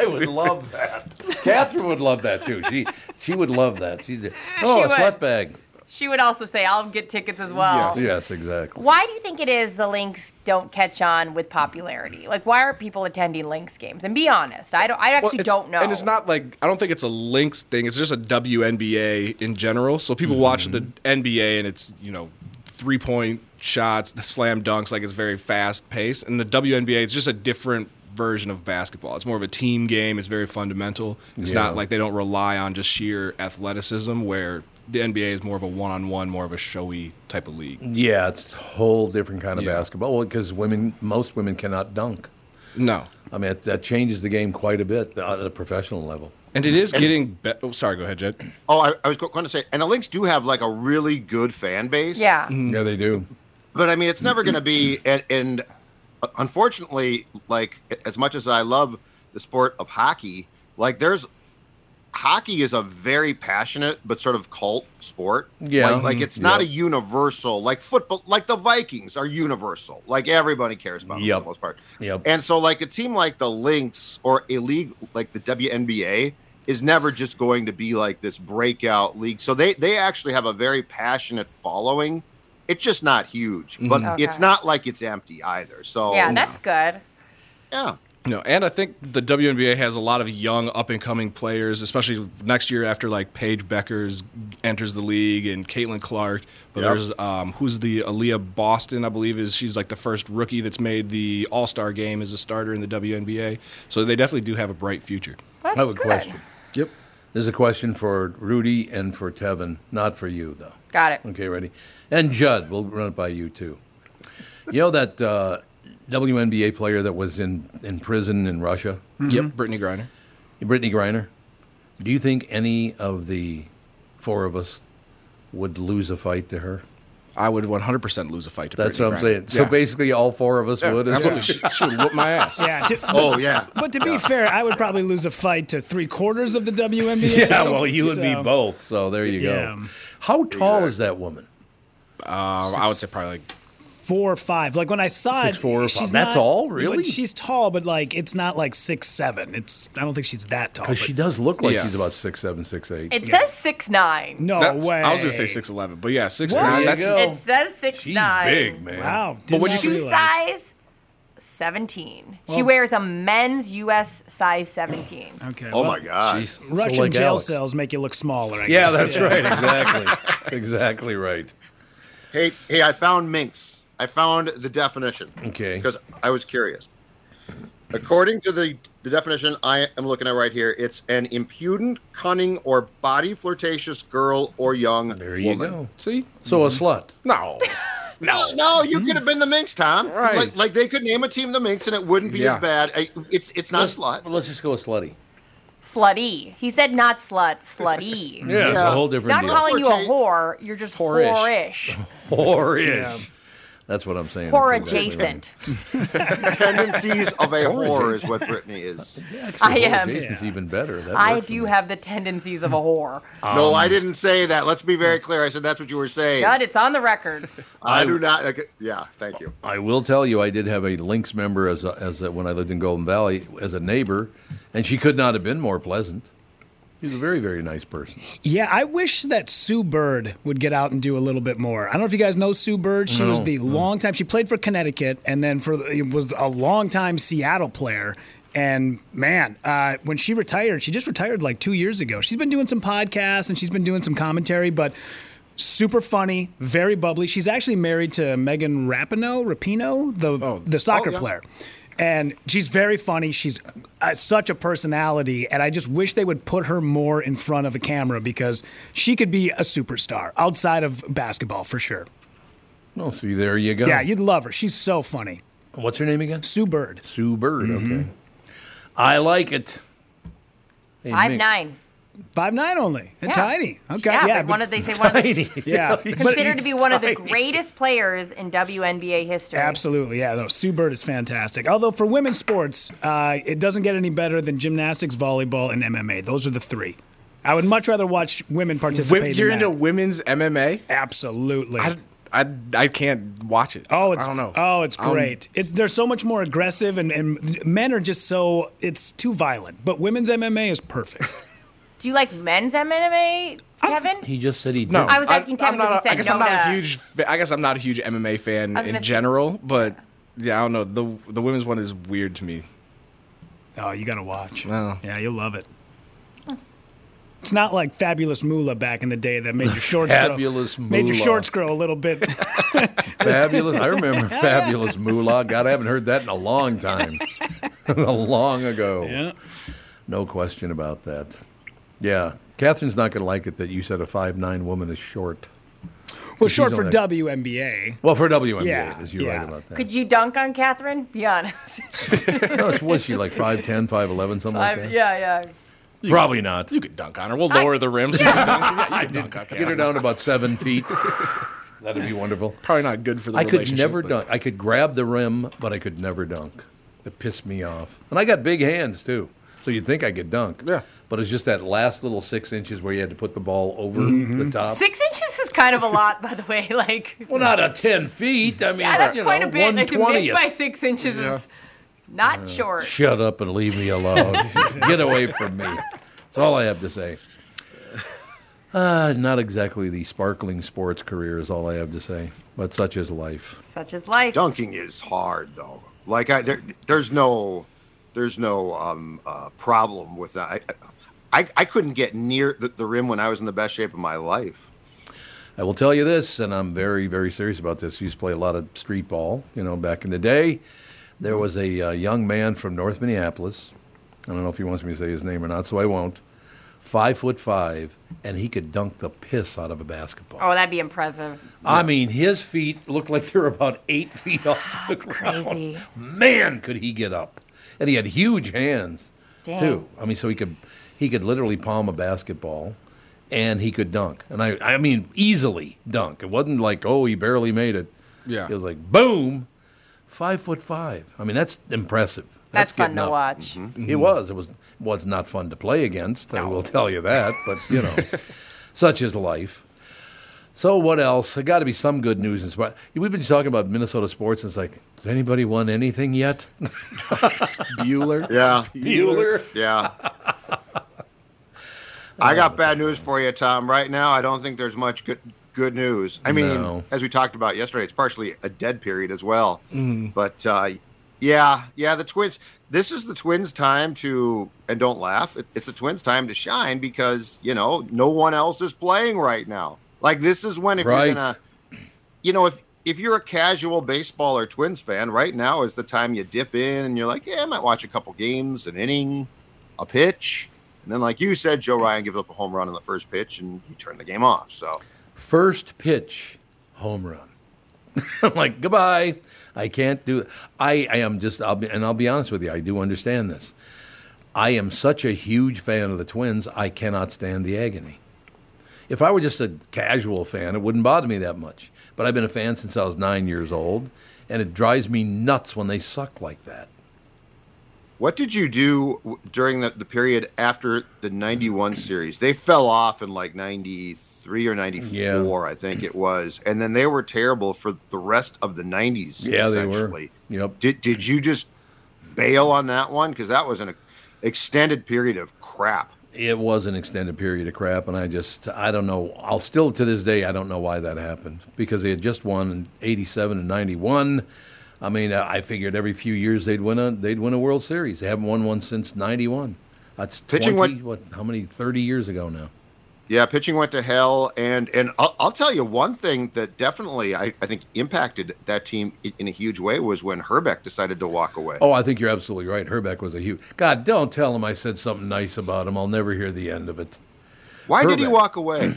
Speaker 2: I would love that. Catherine would love that too. She she would love that. She's a, oh,
Speaker 4: She
Speaker 2: a slut
Speaker 4: would.
Speaker 2: bag.
Speaker 4: She would also say, "I'll get tickets as well."
Speaker 2: Yes, exactly.
Speaker 4: Why do you think it is the Lynx don't catch on with popularity? Like, why are people attending Lynx games? And be honest, I don't. I
Speaker 3: Well,
Speaker 4: actually
Speaker 3: it's-
Speaker 4: don't know.
Speaker 3: And it's not like I don't think it's a Lynx thing. It's just a WNBA in general. So people watch the NBA and it's you know three point shots, slam dunks, like it's very fast paced. And the WNBA is just a different version of basketball. It's more of a team game. It's very fundamental. It's
Speaker 2: Yeah.
Speaker 3: not like they don't rely on just sheer athleticism where. The NBA is more of a one-on-one, more of a showy type of league.
Speaker 2: Yeah, it's a whole different kind of
Speaker 3: Yeah.
Speaker 2: basketball. Well, because women, most women cannot dunk.
Speaker 3: No,
Speaker 2: I mean, it, that changes the game quite a bit uh, at a professional level.
Speaker 3: and it is getting. Be- oh, sorry, go ahead, Jed.
Speaker 5: Oh, I, I was going to say, and the Lynx do have like a really good fan base.
Speaker 4: yeah.
Speaker 3: Mm-hmm.
Speaker 2: Yeah, they do.
Speaker 5: but I mean, it's never going to be. And, and uh, unfortunately, like as much as I love the sport of hockey, like there's hockey is a very passionate but sort of cult sport.
Speaker 2: Yeah.
Speaker 5: like, like, it's
Speaker 2: Mhm.
Speaker 5: not
Speaker 2: Yep.
Speaker 5: a universal like football. Like the Vikings are universal. Like everybody cares about 'em
Speaker 2: Yep.
Speaker 5: for the most part.
Speaker 2: Yep.
Speaker 5: And so like a team like the Lynx or a league like the WNBA is never just going to be like this breakout league. So they they actually have a very passionate following. It's just not huge, but it's
Speaker 4: Mm-hmm. Okay.
Speaker 5: not like it's empty either. So
Speaker 4: Yeah, that's good.
Speaker 5: yeah.
Speaker 3: No, and I think the WNBA has a lot of young up and coming players, especially next year after like Paige Beckers enters the league and Caitlin Clark. But
Speaker 5: Yep.
Speaker 3: there's um, who's the Aaliyah Boston, I believe, is she's like the first rookie that's made the All Star game as a starter in the WNBA. So they definitely do have a bright future.
Speaker 4: That's
Speaker 2: I have a
Speaker 4: good.
Speaker 2: question.
Speaker 3: Yep.
Speaker 2: There's a question for Rudy and for Tevin, not for you, though.
Speaker 4: Got it.
Speaker 2: Okay, ready? And Judd, we'll run it by you, too. You know that uh, WNBA player that was in, in prison in Russia,
Speaker 3: Yep. Brittany Griner.
Speaker 2: Brittany Griner? Do you think any of the four of us would lose a fight to her?
Speaker 3: I would 100% lose a fight to
Speaker 2: That's
Speaker 3: Brittany
Speaker 2: what I'm saying.
Speaker 3: Bryant.
Speaker 2: So
Speaker 3: Yeah.
Speaker 2: basically, all four of us
Speaker 3: Yeah,
Speaker 2: would. As well.
Speaker 3: absolutely. She- she would whoop my ass.
Speaker 6: Yeah. To,
Speaker 5: Oh yeah.
Speaker 6: But to be fair, I would probably lose a fight to three quarters of the WNBA.
Speaker 2: Yeah, well, you would be
Speaker 6: so-
Speaker 2: both. So there you
Speaker 6: Yeah.
Speaker 2: go. How tall is that woman?
Speaker 3: Um, I would say probably like
Speaker 6: four or five. Like when I saw
Speaker 2: Six,
Speaker 6: it,
Speaker 2: four or
Speaker 6: she's
Speaker 2: five. That's
Speaker 6: not-
Speaker 2: all?
Speaker 6: but
Speaker 2: Really?
Speaker 6: she's tall, but like it's not like six seven. It's I don't think she's that tall.
Speaker 2: Because she
Speaker 6: but-
Speaker 2: does look like
Speaker 3: Yeah.
Speaker 2: she's about six seven, six eight.
Speaker 4: It says six nine.
Speaker 6: No
Speaker 3: that's-
Speaker 6: way.
Speaker 3: I was gonna say six eleven, but yeah, six
Speaker 6: What?
Speaker 3: nine.
Speaker 6: There you
Speaker 3: That's
Speaker 2: go.
Speaker 4: It says six
Speaker 2: she's
Speaker 4: nine.
Speaker 2: big, man.
Speaker 6: Wow.
Speaker 3: But
Speaker 6: But
Speaker 3: when
Speaker 6: when
Speaker 3: you-
Speaker 4: Shoe size, seventeen. she wears a men's U.S. size seventeen.
Speaker 6: Okay.
Speaker 5: Oh
Speaker 6: well,
Speaker 5: my god.
Speaker 3: Jeez.
Speaker 6: Russian
Speaker 2: So like
Speaker 6: jail
Speaker 2: Alex.
Speaker 6: cells make you look smaller. I
Speaker 2: Yeah,
Speaker 6: guess.
Speaker 2: that's right. Exactly. exactly right.
Speaker 5: Hey, hey, I found minx. I found the definition.
Speaker 2: Okay.
Speaker 5: Because I was curious. According to the, the definition I am looking at right here, it's an impudent, cunning, or body flirtatious girl or young
Speaker 2: There you
Speaker 5: woman.
Speaker 2: go.
Speaker 3: See?
Speaker 2: So a slut.
Speaker 3: No.
Speaker 5: No, no, you could have been the minx, Tom.
Speaker 3: Right.
Speaker 5: Like, like they could name a team the minx, and it wouldn't be
Speaker 3: Yeah.
Speaker 5: as bad. I, it's it's not slut.
Speaker 2: Well, let's just go with slutty.
Speaker 4: Slutty. He said not slut. Slutty.
Speaker 2: Yeah, it's a
Speaker 5: Yeah.
Speaker 2: whole
Speaker 4: He's
Speaker 2: different
Speaker 4: not
Speaker 2: deal.
Speaker 4: calling you a
Speaker 5: Fourteen.
Speaker 4: whore. You're just
Speaker 3: Whore-ish.
Speaker 4: whore-ish.
Speaker 2: Whore-ish.
Speaker 6: Yeah.
Speaker 2: That's what I'm saying.
Speaker 4: Whore
Speaker 2: That's exactly right.
Speaker 4: adjacent.
Speaker 5: Tendencies of a whore is what Brittany is.
Speaker 4: I
Speaker 2: Whore
Speaker 4: am.
Speaker 2: adjacent's even better. That
Speaker 4: I
Speaker 2: works for
Speaker 4: do
Speaker 2: me.
Speaker 4: have the tendencies of a whore.
Speaker 5: no, I didn't say that. Let's be very clear. I said that's what you were saying.
Speaker 4: Judd, it's on the record.
Speaker 5: I do not. okay, yeah, thank you.
Speaker 2: I will tell you, I did have a Lynx member as a, as a, when I lived in Golden Valley as a neighbor, and she could not have been more pleasant. She's a very very nice person.
Speaker 6: Yeah, I wish that Sue Bird would get out and do a little bit more. I don't know if you guys know Sue Bird. She was the long time. She played for Connecticut and then for it was a long time Seattle player. And man, uh, when she retired, she just retired like two years ago. She's been doing some podcasts and she's been doing some commentary, but super funny, very bubbly. She's actually married to Megan Rapinoe, Rapinoe, the the soccer
Speaker 5: Oh, yeah.
Speaker 6: player. And she's very funny. She's uh, such a personality, and I just wish they would put her more in front of a camera because she could be a superstar outside of basketball for sure.
Speaker 2: Oh, see, there you go.
Speaker 6: Yeah, you'd love her. She's so funny.
Speaker 2: What's her name again?
Speaker 6: Sue Bird.
Speaker 2: Sue Bird. Okay. I like it. Hey,
Speaker 4: Five
Speaker 2: Mick.
Speaker 4: nine.
Speaker 6: Five nine only. And
Speaker 4: Yeah.
Speaker 6: Tiny. Okay.
Speaker 4: Yeah,
Speaker 6: Yeah.
Speaker 4: but one
Speaker 6: but-
Speaker 4: of they say one of the,
Speaker 6: yeah. but-
Speaker 4: considered to be one of the greatest players in WNBA history.
Speaker 6: Absolutely, yeah. No, Sue Bird is fantastic. Although for women's sports, uh, it doesn't get any better than gymnastics, volleyball, and MMA. Those are the three. I would much rather watch women participate.
Speaker 3: Wi-
Speaker 6: in
Speaker 3: you're
Speaker 6: that.
Speaker 3: into women's MMA?
Speaker 6: absolutely.
Speaker 3: I, I, I can't watch it.
Speaker 6: Oh, it's
Speaker 3: I don't know. Um,
Speaker 6: Oh, it's
Speaker 3: I don't-
Speaker 6: great. It's they're so much more aggressive, and, and men are just so it's too violent. But women's MMA is perfect.
Speaker 4: Do you like men's MMA, Kevin?
Speaker 2: He just said he did.
Speaker 3: No,
Speaker 4: I was asking Tevin
Speaker 3: I'm not
Speaker 4: 'cause he
Speaker 3: a-
Speaker 4: said
Speaker 3: I guess
Speaker 4: no
Speaker 3: I'm not
Speaker 4: to-
Speaker 3: a huge. Fa- I guess I'm not a huge MMA fan
Speaker 4: was
Speaker 3: in
Speaker 4: gonna say-
Speaker 3: general, but yeah, I don't know. The the women's one is weird to me.
Speaker 6: oh, you gotta watch.
Speaker 3: Wow.
Speaker 6: Yeah, you'll love it. It's not like Fabulous Moolah back in the day that made your shorts
Speaker 2: Fabulous
Speaker 6: grow, made your
Speaker 2: Moolah.
Speaker 6: shorts grow a little bit.
Speaker 2: Fabulous. I remember Fabulous Moolah. God, I haven't heard that in a long time. a long ago.
Speaker 6: yeah.
Speaker 2: No question about that. Yeah. Catherine's not going to like it that you said a five nine woman is short.
Speaker 6: Well, short for
Speaker 2: only-
Speaker 6: WNBA.
Speaker 2: Well, for WNBA,
Speaker 6: Yeah,
Speaker 2: is you
Speaker 6: yeah.
Speaker 2: right about that?
Speaker 4: Could you dunk on Catherine? Be honest.
Speaker 2: No, it's- was she like 5'10", 5'11", something
Speaker 4: I,
Speaker 2: like that?
Speaker 4: yeah, yeah.
Speaker 2: Probably not.
Speaker 3: You could dunk on her. We'll lower the rim. So you can dunk. Yeah, you could dunk on
Speaker 2: Get her
Speaker 3: Catherine.
Speaker 2: down about seven feet. That'd be wonderful.
Speaker 3: Probably not good for the
Speaker 2: I could
Speaker 3: relationship.
Speaker 2: never
Speaker 3: but-
Speaker 2: dunk. I could grab the rim, but I could never dunk. It pissed me off. And I got big hands too, so you'd think I could dunk.
Speaker 3: Yeah.
Speaker 2: But it's just that last little six inches where you had to put the ball over
Speaker 6: Mm-hmm.
Speaker 2: the top.
Speaker 4: Six inches is kind of a lot, by the way. Like,
Speaker 2: Well, not a ten feet. I mean,
Speaker 4: yeah, that's
Speaker 2: you
Speaker 4: quite
Speaker 2: know,
Speaker 4: a bit. Like, to miss
Speaker 2: 1/20th.
Speaker 4: by six inches is not short.
Speaker 2: Shut up and leave me alone. Get away from me. That's all I have to say. Uh, not exactly the sparkling sports career is all I have to say, but such is life.
Speaker 4: Such is life.
Speaker 5: Dunking is hard though. Like I, there, there's no, there's no um, uh, problem with that. I, I, I couldn't get near the, the rim when I was in the best shape of my life.
Speaker 2: I will tell you this, and I'm very, very serious about this. I used to play a lot of street ball, you know, back in the day. There was a uh, young man from North Minneapolis. I don't know if he wants me to say his name or not, so I won't. Five foot five, and he could dunk the piss out of a basketball.
Speaker 4: Oh, that'd be impressive.
Speaker 2: I mean, his feet looked like they were about eight feet off the ground.
Speaker 4: crazy.
Speaker 2: Man, could he get up? And he had huge hands,
Speaker 4: Dang.
Speaker 2: too. I mean, so he could he could literally palm a basketball, and he could dunk. And I, I mean, easily dunk. It wasn't like, oh, he barely made it.
Speaker 3: Yeah.
Speaker 2: It was like, boom, five foot five. I mean, that's impressive.
Speaker 4: That's, fun
Speaker 2: getting
Speaker 4: to
Speaker 2: up. Mm-hmm.
Speaker 4: watch.
Speaker 2: It was. It was was not fun to play against. I will tell you that. But you know, such is life. So what else? There got to be some good news in sport. We've been talking about Minnesota sports. And it's like, has anybody won anything yet?
Speaker 3: Bueller.
Speaker 5: Yeah.
Speaker 2: Bueller.
Speaker 5: Yeah. I got bad news for you, Tom. Right now, I don't think there's much good good news. I mean,
Speaker 2: No.
Speaker 5: as we talked about yesterday, it's partially a dead period as well. But uh, yeah, yeah, the Twins. This is the Twins' time to, and don't laugh. It, it's the Twins' time to shine because you know no one else is playing right now. Like this is when if
Speaker 2: Right.
Speaker 5: you're gonna, you know, if if you're a casual baseball or Twins fan, right now is the time you dip in and you're like, yeah, I might watch a couple games, an inning, a pitch. And then, like you said, Joe Ryan gives up a home run on the first pitch, and you turn the game off. So,
Speaker 2: First pitch, home run. I'm like, goodbye. I can't do it. I, I am just, I'll be, and I'll be honest with you, I do understand this. I am such a huge fan of the Twins, I cannot stand the agony. If I were just a casual fan, it wouldn't bother me that much. But I've been a fan since I was nine years old, and it drives me nuts when they suck like that.
Speaker 5: what did you do w- during the, the period after the 91 series? They fell off in like 93 or 94, I think it was. And then they were terrible for the rest of the 90s.
Speaker 2: Yeah, they were.
Speaker 5: essentially.
Speaker 2: Yep.
Speaker 5: Did, did you just bail on that one? Because that was an extended period of crap.
Speaker 2: It was an extended period of crap, and I just, I don't know. I'll still to this day, I don't know why that happened because they had just won in '87 and '91. I mean, uh, I I figured every few years they'd win a they'd win a World Series. They haven't won one since '91. That's
Speaker 5: Pitching
Speaker 2: 20, what? How many? Thirty years ago now.
Speaker 5: Yeah, pitching went to hell, and and I'll, I'll tell you one thing that definitely I, I think impacted that team i- in a huge way was when Herbeck decided to walk away.
Speaker 2: Oh, I think you're absolutely right. Herbeck was a huge. God, don't tell him I said something nice about him. I'll never hear the end of it.
Speaker 5: Why did he
Speaker 2: Herbeck.
Speaker 5: walk away?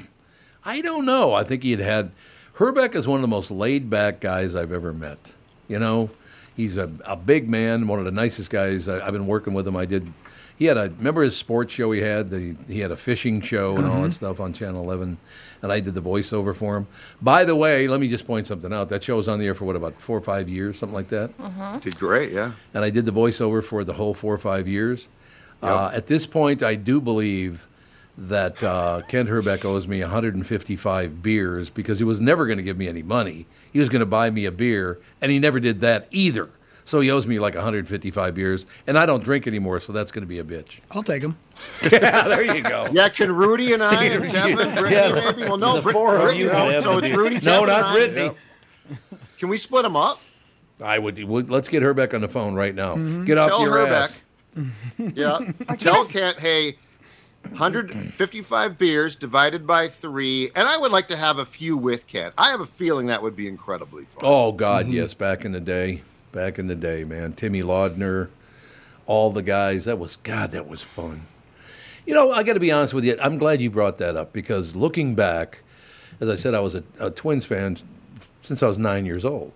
Speaker 2: I don't know. I think he'd had. Herbeck is one of the most laid back guys I've ever met. You know, he's a, a big man, one of the nicest guys. I, I've been working with him. I did. He had a remember his sports show he had. The, he had a fishing show and all that stuff on Channel Eleven, and I did the voiceover for him. By the way, let me just point something out. That show was on the air for what about four or five years, something like that
Speaker 5: Did great, yeah.
Speaker 2: and I did the voiceover for the whole four or five years. Uh, at this point, I do believe that uh, Kent Herbeck owes me 155 beers because he was never going to give me any money. He was going to buy me a beer, and he never did that either. So he owes me like 155 beers, and I don't drink anymore, so that's going to be a bitch.
Speaker 6: I'll take him.
Speaker 2: yeah, there you go.
Speaker 5: Yeah, can Rudy and I and Tevin, Brittany, maybe? Well, no,
Speaker 2: the
Speaker 5: Brit-
Speaker 2: four of
Speaker 5: Brittany,
Speaker 2: you.
Speaker 5: no,
Speaker 2: would have
Speaker 5: so
Speaker 2: to
Speaker 5: it's
Speaker 2: be-
Speaker 5: Rudy. Tevin,
Speaker 2: No,
Speaker 5: and
Speaker 2: not
Speaker 5: I.
Speaker 2: Brittany.
Speaker 5: Can we split them up?
Speaker 2: I would, would. Let's get Herbeck on the phone right now. Get off
Speaker 5: Tell
Speaker 2: your
Speaker 5: Herbeck.
Speaker 2: ass.
Speaker 5: Yeah. Tell Kent, hey, 155 beers divided by three, and I would like to have a few with Kent. I have a feeling that would be incredibly fun.
Speaker 2: Oh God, yes, back in the day, back in the day, man, Timmy Laudner, all the guys. That was God, that was fun. You know, I got to be honest with you. I'm glad you brought that up because looking back, as I said, I was a, a Twins fan since I was nine years old.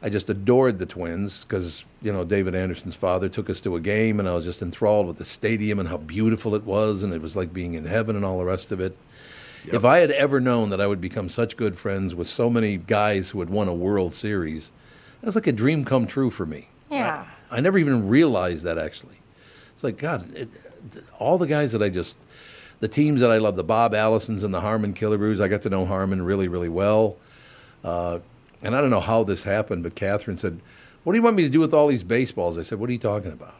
Speaker 2: I just adored the Twins because you know David Anderson's father took us to a game, and I was just enthralled with the stadium and how beautiful it was, and it was like being in heaven and all the rest of it. If I had ever known that I would become such good friends with so many guys who had won a World Series, that's like a dream come true for me.
Speaker 4: Yeah.
Speaker 2: I never even realized that actually. It's like God, it, th- all the guys that I just, the teams that I love, the Bob Allisons and the Harmon Killeroos. I got to know Harmon really, really well. Uh, and I don't know how this happened, but Catherine said, "What do you want me to do with all these baseballs?" I said, "What are you talking about?"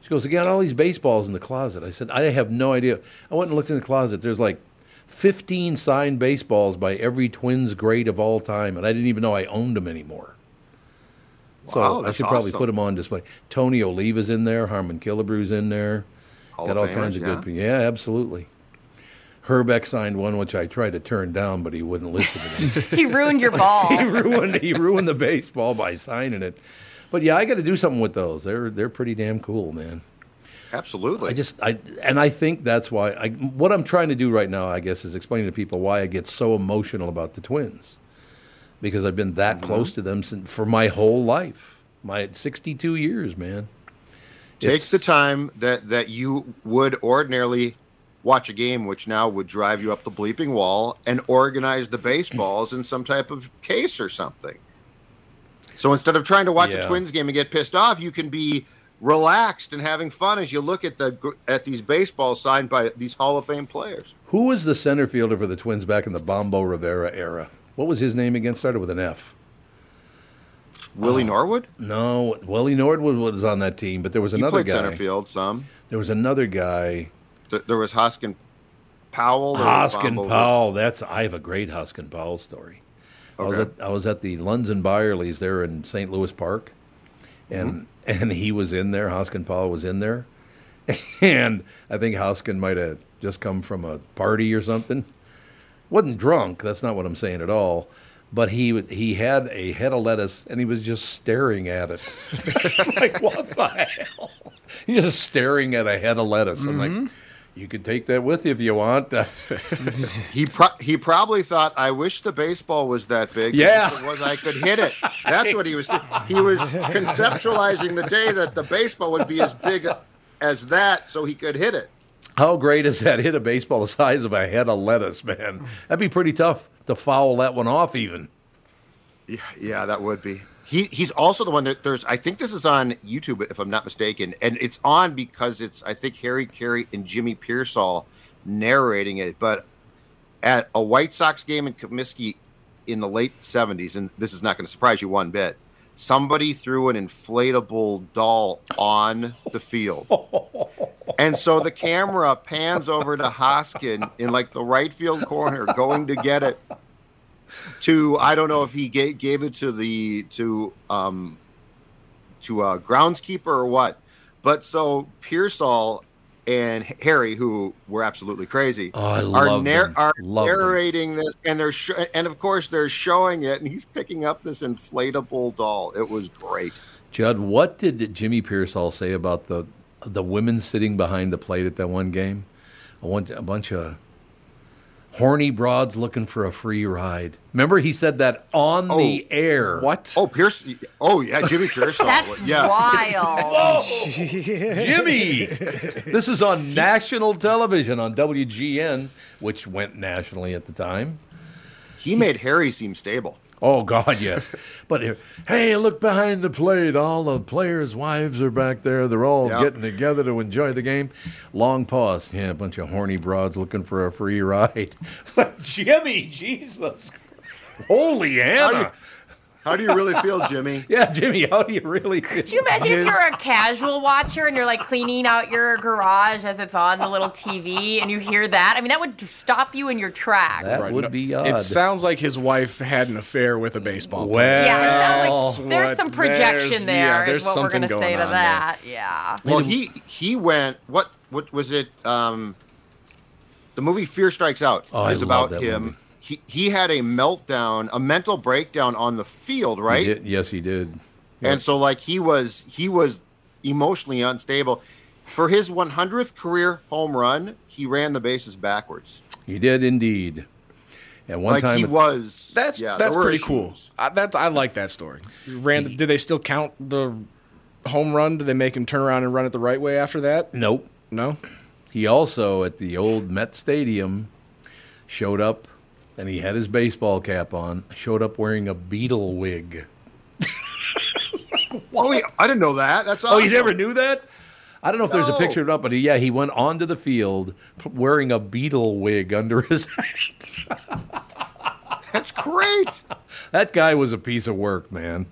Speaker 2: She goes, "I got all these baseballs in the closet." I said, "I have no idea." I went and looked in the closet. There's like 15 signed baseballs by every Twins great of all time, and I didn't even know I owned them anymore. So
Speaker 5: Wow,
Speaker 2: I
Speaker 5: that's
Speaker 2: should probably
Speaker 5: awesome.
Speaker 2: put them on display. Tony Oliva's in there. Harmon Killebrew's in there.
Speaker 5: Hall
Speaker 2: Got all
Speaker 5: of
Speaker 2: kinds of
Speaker 5: Famers, yeah.
Speaker 2: good people. Yeah, absolutely. Herbeck signed one, which I tried to turn down, but he wouldn't listen to me.
Speaker 4: He ruined your ball.
Speaker 2: he ruined he ruined the baseball by signing it. But yeah, I got to do something with those. They're they're pretty damn cool, man.
Speaker 5: Absolutely.
Speaker 2: I just I and I think that's why I what I'm trying to do right now, I guess, is explain to people why I get so emotional about the twins. Because I've been that
Speaker 5: Mm-hmm.
Speaker 2: close to them since, for my whole life. My 62 years, man.
Speaker 5: Take
Speaker 2: It's-
Speaker 5: the time that that you would ordinarily watch a game, which now would drive you up the bleeping wall and organize the baseballs in some type of case or something. So instead of trying to watch
Speaker 2: Yeah.
Speaker 5: a Twins game and get pissed off, you can be relaxed and having fun as you look at the gr- at these baseballs signed by these Hall of Fame players.
Speaker 2: Who was the center fielder for the Twins back in the Bombo Rivera era? What was his name again? Started with an F.
Speaker 5: Willie
Speaker 2: Oh,
Speaker 5: Norwood,
Speaker 2: No, Willie Nordwood was on that team, but there was
Speaker 5: he
Speaker 2: another
Speaker 5: played
Speaker 2: guy.
Speaker 5: center field some.
Speaker 2: There was another guy,
Speaker 5: Th- There was Hoskin Powell. There was
Speaker 2: Hoskin
Speaker 5: Bombo-
Speaker 2: Powell. That's I have a great Hoskin Powell story. I was
Speaker 5: Okay.
Speaker 2: at I was at the Lunds and Byerly's there in St. Louis Park, and and he was in there. Hoskin Powell was in there, and I think Hoskin might have just come from a party or something. wasn't drunk. That's not what I'm saying at all. But he w- he had a head of lettuce and he was just staring at it. like what the hell? He's just staring at a head of lettuce. I'm like, you could take that with you if you want.
Speaker 5: He pro- he probably thought, "I wish the baseball was that big. 'cause
Speaker 2: Yeah.
Speaker 5: if it was I could hit it." That's what he was. He was conceptualizing the day that the baseball would be as big as that, so he could hit it.
Speaker 2: How great is that? Hit a baseball the size of a head of lettuce, man. That'd be pretty tough to foul that one off, even.
Speaker 5: Yeah, yeah, that would be. He he's also the one that there's. I think this is on YouTube, if I'm not mistaken, and it's on because it's I think Harry Carey and Jimmy Pearsall narrating it. But at a White Sox game in Comiskey in the late '70s, and this is not going to surprise you one bit. Somebody threw an inflatable doll on the field. And so the camera pans over to Hoskin in like the right field corner, going to get it. To I don't know if he gave, gave it to the to um to a groundskeeper or what, but so Pearsall and Harry, who were absolutely crazy,
Speaker 2: Oh, I
Speaker 5: are,
Speaker 2: love them.
Speaker 5: are
Speaker 2: Love them.
Speaker 5: narrating this, and they're sh- and of course they're showing it, and he's picking up this inflatable doll. It was great.
Speaker 2: Judd, what did Jimmy Pearsall say about the the women sitting behind the plate at that one game? I want a bunch of horny broads looking for a free ride. Remember, he said that on the air.
Speaker 3: What?
Speaker 5: Oh, Pierce! Oh yeah, Jimmy Pearsall.
Speaker 4: That's
Speaker 5: yeah.
Speaker 4: wild.
Speaker 2: Jimmy? this is on national television on WGN, which went nationally at the time.
Speaker 5: He made Harry seem stable.
Speaker 2: Oh God, yes. but here- hey, look behind the plate. All the players' wives are back there. They're all
Speaker 5: Yeah.
Speaker 2: getting together to enjoy the game. Long pause. Yeah, a bunch of horny broads looking for a free ride. Jimmy, Jesus, holy Anna.
Speaker 5: How do you really feel, Jimmy?
Speaker 2: Yeah, Jimmy, how do you really?
Speaker 4: Could you imagine if you're a casual watcher and you're like cleaning out your garage as it's on the little TV and you hear that? I mean, that would stop you in your tracks.
Speaker 2: That
Speaker 3: Right,
Speaker 2: would
Speaker 3: no,
Speaker 2: be odd.
Speaker 3: It sounds like his wife had an affair with a baseball player.
Speaker 2: well,
Speaker 4: yeah, it sounds
Speaker 3: That's
Speaker 4: like there's
Speaker 3: what-
Speaker 4: some projection
Speaker 3: there's- yeah,
Speaker 4: there is
Speaker 3: there's
Speaker 4: what we're
Speaker 3: something
Speaker 4: gonna
Speaker 3: going
Speaker 4: say to
Speaker 3: on there.
Speaker 4: that. Yeah.
Speaker 5: Well, he he went. What what was it? Um, the movie Fear Strikes Out
Speaker 2: Oh, I
Speaker 5: is
Speaker 2: love
Speaker 5: about
Speaker 2: that
Speaker 5: him.
Speaker 2: movie.
Speaker 5: He he had a meltdown, a mental breakdown on the field,
Speaker 2: He
Speaker 5: right?
Speaker 2: did- yes, he did.
Speaker 5: And so like he was he was emotionally unstable. For his 100th career home run, he ran the bases backwards.
Speaker 2: He did indeed. And one
Speaker 5: like
Speaker 2: time,
Speaker 5: he was.
Speaker 3: That's
Speaker 5: yeah,
Speaker 3: that's
Speaker 5: there were
Speaker 3: pretty cool.
Speaker 5: issues.
Speaker 3: I, that I like that story. Ran. Did they still count the home run? Did they make him turn around and run it the right way after that?
Speaker 2: nope.
Speaker 3: No.
Speaker 2: He also at the old Met Stadium showed up and he had his baseball cap on, showed up wearing a beetle wig.
Speaker 5: Oh, yeah, I didn't know that. That's
Speaker 2: Oh,
Speaker 5: awesome.
Speaker 2: you never knew that? I don't know if there's a
Speaker 5: No.
Speaker 2: picture of it up, but he, yeah, he went onto the field p- wearing a beetle wig under his
Speaker 5: That's great.
Speaker 2: That guy was a piece of work, man.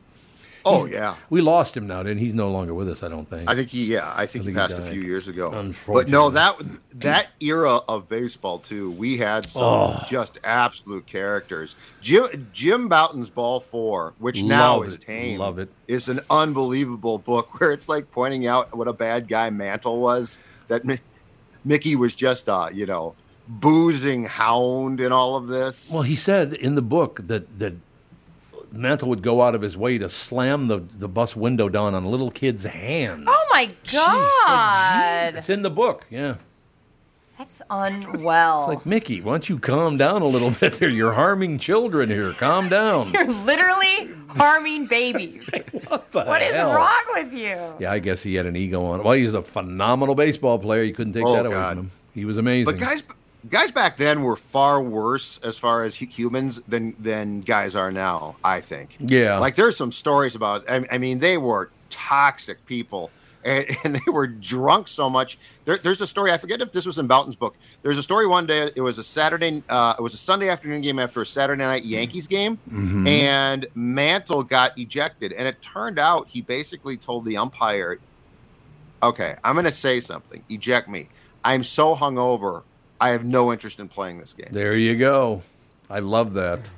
Speaker 5: Oh yeah.
Speaker 2: We lost him now, didn't he? He's no longer with us, I don't think.
Speaker 5: I think he, yeah, I
Speaker 2: think
Speaker 5: think, he
Speaker 2: he
Speaker 5: passed a
Speaker 2: died.
Speaker 5: few years ago. But
Speaker 2: Unfortunately.
Speaker 5: no, that that era of baseball too, we had some
Speaker 2: Oh.
Speaker 5: just absolute characters. Jim Jim Bouton's Ball Four, which now
Speaker 2: Love
Speaker 5: is
Speaker 2: it.
Speaker 5: tame,
Speaker 2: Love it.
Speaker 5: is an unbelievable book where it's like pointing out what a bad guy Mantle was. That Mi- Mickey was just a you know boozing hound in all of this.
Speaker 2: Well, he said in the book that that Mantle would go out of his way to slam the, the bus window down on little kids' hands.
Speaker 4: Oh my god.
Speaker 2: it's in the book, yeah.
Speaker 4: That's unwell.
Speaker 2: Like Mickey, why don't you calm down a little bit there? You're harming children here. Calm down.
Speaker 4: You're literally harming babies.
Speaker 2: What the
Speaker 4: What is
Speaker 2: hell?
Speaker 4: wrong with you?
Speaker 2: Yeah, I guess he had an ego on. Well, he's a phenomenal baseball player. You couldn't take
Speaker 5: Oh,
Speaker 2: that away
Speaker 5: God.
Speaker 2: from him. He was amazing.
Speaker 5: But guys, guys back then were far worse as far as hu- humans than than guys are now. I think.
Speaker 2: Yeah.
Speaker 5: Like there's some stories about. I, I mean, they were toxic people, and, and they were drunk so much. There, there's a story. I forget if this was in Boughton's book. There's a story one day. It was a Saturday. Uh, it was a Sunday afternoon game after a Saturday
Speaker 2: Mm-hmm.
Speaker 5: night Yankees game, and Mantle got ejected. And it turned out he basically told the umpire okay, I'm going to say something. Eject me. I'm so hungover. I have no interest in playing this game.
Speaker 2: There you go. I love that.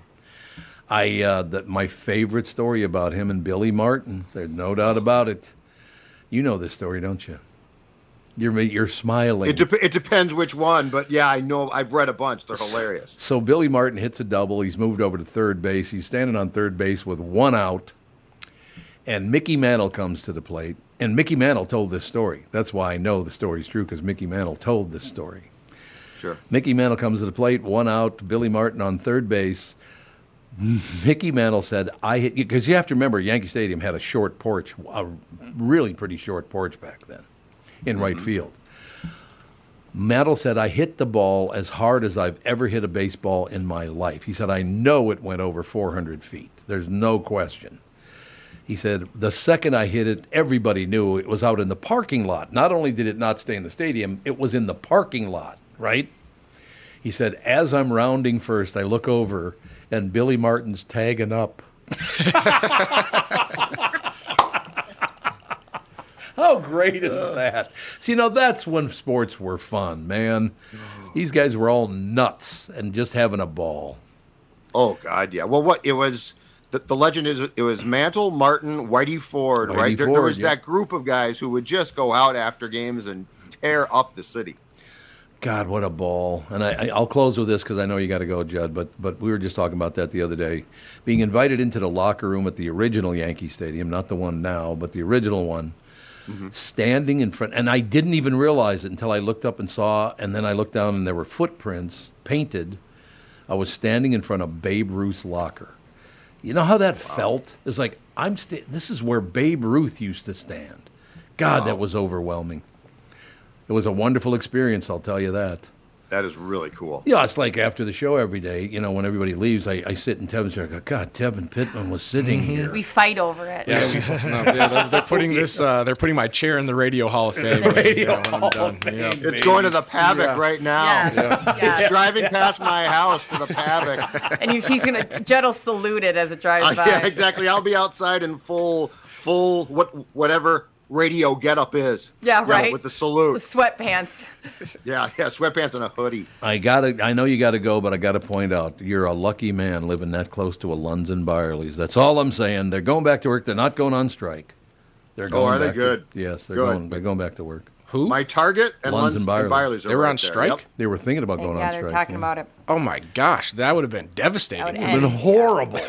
Speaker 2: I uh, that my favorite story about him and Billy Martin. There's no doubt about it. You know this story, don't you? You're ma- you're smiling.
Speaker 5: It, dep it depends which one, but yeah, I know. I've read a bunch. They're hilarious.
Speaker 2: So Billy Martin hits a double. He's moved over to third base. He's standing on third base with one out. And Mickey Mantle comes to the plate. And Mickey Mantle told this story. That's why I know the story's true because Mickey Mantle told this story.
Speaker 5: Sure.
Speaker 2: Mickey Mantle comes to the plate, one out. Billy Martin on third base. Mickey Mantle said, "I hit because you have to remember Yankee Stadium had a short porch, a really pretty short porch back then, in right field." Mantle said, "I hit the ball as hard as I've ever hit a baseball in my life." He said, "I know it went over 400 feet. There's no question." He said, "The second I hit it, everybody knew it was out in the parking lot. Not only did it not stay in the stadium, it was in the parking lot, right?" He said, as I'm rounding first, I look over and Billy Martin's tagging up. How great is that? See, now that's when sports were fun, man. These guys were all nuts and just having a ball.
Speaker 5: Oh God, yeah. Well, what it was. The, the legend is it was Mantle, Martin, Whitey Ford,
Speaker 2: Whitey
Speaker 5: right? There, there
Speaker 2: Ford,
Speaker 5: was
Speaker 2: yeah.
Speaker 5: that group of guys who would just go out after games and tear up the city.
Speaker 2: God, what a ball! And I, I- I'll close with this because I know you got to go, Judd. But but we were just talking about that the other day, being invited into the locker room at the original Yankee Stadium, not the one now, but the original one. Standing in front, and I didn't even realize it until I looked up and saw, and then I looked down and there were footprints painted. I was standing in front of Babe Ruth's locker. You know how that felt? It was like I'm. Sta- this is where Babe Ruth used to stand. God, that was overwhelming. It was a wonderful experience, I'll tell you that.
Speaker 5: That is really cool.
Speaker 2: Yeah, it's like after the show every day, you know, when everybody leaves, I, I sit in Tevin's chair. I go, God, Tevin Pittman was sitting here.
Speaker 4: We fight over it.
Speaker 3: Yeah, we- no, yeah, they're, they're putting this. Uh, they're putting my chair in the Radio Hall of Fame.
Speaker 2: Radio
Speaker 3: yeah, when I'm
Speaker 2: Hall
Speaker 3: done.
Speaker 2: of Fame.
Speaker 3: Yeah.
Speaker 5: It's going to the Pavic right now.
Speaker 4: Yes, yes.
Speaker 5: It's driving past my house to the Pavic.
Speaker 4: And you, he's gonna Jed will salute it as it
Speaker 5: Uh,
Speaker 4: drives by.
Speaker 5: yeah, exactly. I'll be outside in full, full what whatever radio getup is.
Speaker 4: Yeah, right.
Speaker 5: With the salute.
Speaker 4: Sweatpants.
Speaker 5: Yeah, yeah, sweatpants and a hoodie.
Speaker 2: I gotta, I know you gotta go, but I gotta point out, you're a lucky man living that close to a Lunds and Byerly's. That's all I'm saying. They're going back to work. They're not going on strike. They're going
Speaker 5: Oh, are they
Speaker 2: back to-
Speaker 5: good?
Speaker 2: yes, they're
Speaker 5: Good.
Speaker 2: going. They're going back to work.
Speaker 3: Who?
Speaker 5: My Target and
Speaker 2: Lunds
Speaker 5: Lunds
Speaker 2: and
Speaker 5: and
Speaker 2: Byerly's.
Speaker 5: Byerly's. are
Speaker 3: They were
Speaker 5: right
Speaker 3: on
Speaker 5: there.
Speaker 3: strike?
Speaker 5: Yep.
Speaker 2: They were thinking about
Speaker 4: Thank
Speaker 2: going
Speaker 4: God
Speaker 2: on
Speaker 4: they're
Speaker 2: strike.
Speaker 4: talking
Speaker 2: yeah.
Speaker 4: about it.
Speaker 3: oh my gosh, that would have been
Speaker 4: That
Speaker 3: devastating.
Speaker 4: would
Speaker 2: Been
Speaker 4: end.
Speaker 2: horrible.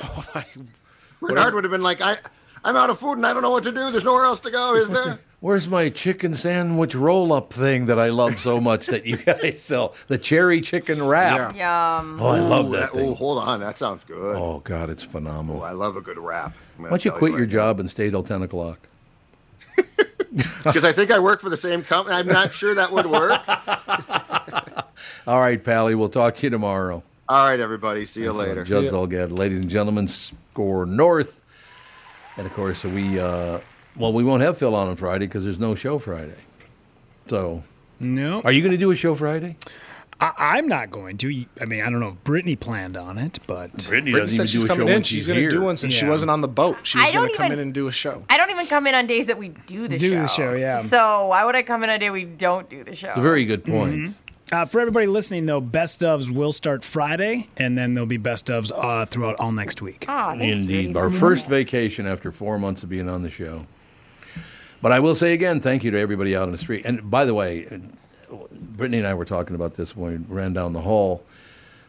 Speaker 5: Bernard would have been like, I, I'm out of food and I don't know what to do. There's nowhere else to go, is there?
Speaker 2: Where's my chicken sandwich roll-up thing that I love so much that you guys sell? The cherry chicken wrap.
Speaker 4: Yum.
Speaker 2: Oh, I love
Speaker 5: Ooh,
Speaker 2: that
Speaker 5: ooh,
Speaker 2: thing.
Speaker 5: hold on, that sounds good. Oh.
Speaker 2: Oh God, it's phenomenal.
Speaker 5: I love a good rap. Why
Speaker 2: Why don't you quit your job and stay till ten o'clock?
Speaker 5: Because I think I work for the same company. I'm not sure that would work.
Speaker 2: All right, Pally, we'll talk to you tomorrow. Uh,
Speaker 5: All right, everybody. See you later.
Speaker 2: Judd Zolgad, ladies and gentlemen, score north. And of course, we uh, well, we won't have Phil on on Friday because there's no show Friday. So,
Speaker 6: No,
Speaker 2: are you going to do a show Friday?
Speaker 6: I, I'm not going to. I mean, I don't know if Brittany planned on it, but
Speaker 2: Brittany,
Speaker 3: Brittany said she's coming in. She's, going to do one since she
Speaker 6: Yeah.
Speaker 3: wasn't on the boat. She was
Speaker 4: I don't
Speaker 3: going to come
Speaker 4: even-
Speaker 3: in and do a show.
Speaker 4: I don't even come in on days that we do the
Speaker 6: Do
Speaker 4: show.
Speaker 6: the show, yeah.
Speaker 4: So why would I come in on a day we don't do the show?
Speaker 2: A very good point.
Speaker 6: uh, for everybody listening, though, best ofs will start Friday, and then there'll be best ofs uh, throughout all next week.
Speaker 4: Ah, thanks, Rudy,
Speaker 2: Indeed.
Speaker 4: for
Speaker 2: Our
Speaker 4: doing
Speaker 2: first
Speaker 4: that.
Speaker 2: vacation after four months of being on the show. But I will say again, thank you to everybody out on the street. And by the way, Brittany and I were talking about this when we ran down the hall.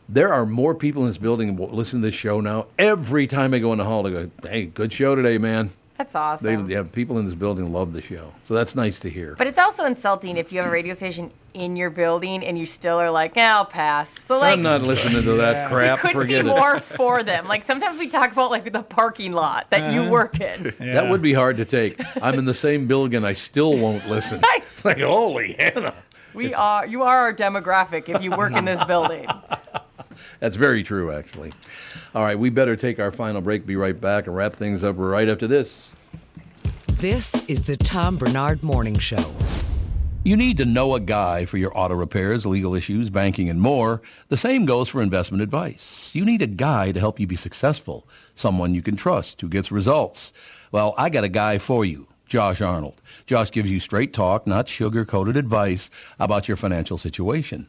Speaker 2: There are more people in this building who listen to this show now. Every time I go in the hall, they go, hey, good show today, man.
Speaker 4: That's
Speaker 2: They,
Speaker 4: awesome.
Speaker 2: yeah, people in this building love the show. So that's nice to hear.
Speaker 4: But it's also insulting if you have a radio station in your building and you still are like, eh, I'll pass. So like,
Speaker 2: I'm not listening to that crap.
Speaker 4: could
Speaker 2: Forget
Speaker 4: be
Speaker 2: it.
Speaker 4: more for them. Like sometimes we talk about like the parking lot that
Speaker 6: Uh-huh.
Speaker 4: you work in.
Speaker 2: That would be hard to take. I'm in the same building and I still won't listen. It's like, holy Hannah.
Speaker 4: We are. You are our demographic if you work in this building.
Speaker 2: That's very true, actually. All right, we better take our final break, be right back, and wrap things up right after this.
Speaker 1: This is the Tom Bernard Morning Show.
Speaker 2: You need to know a guy for your auto repairs, legal issues, banking, and more. The same goes for investment advice. You need a guy to help you be successful, someone you can trust who gets results. Well, I got a guy for you, Josh Arnold. Josh gives you straight talk, not sugar-coated advice about your financial situation.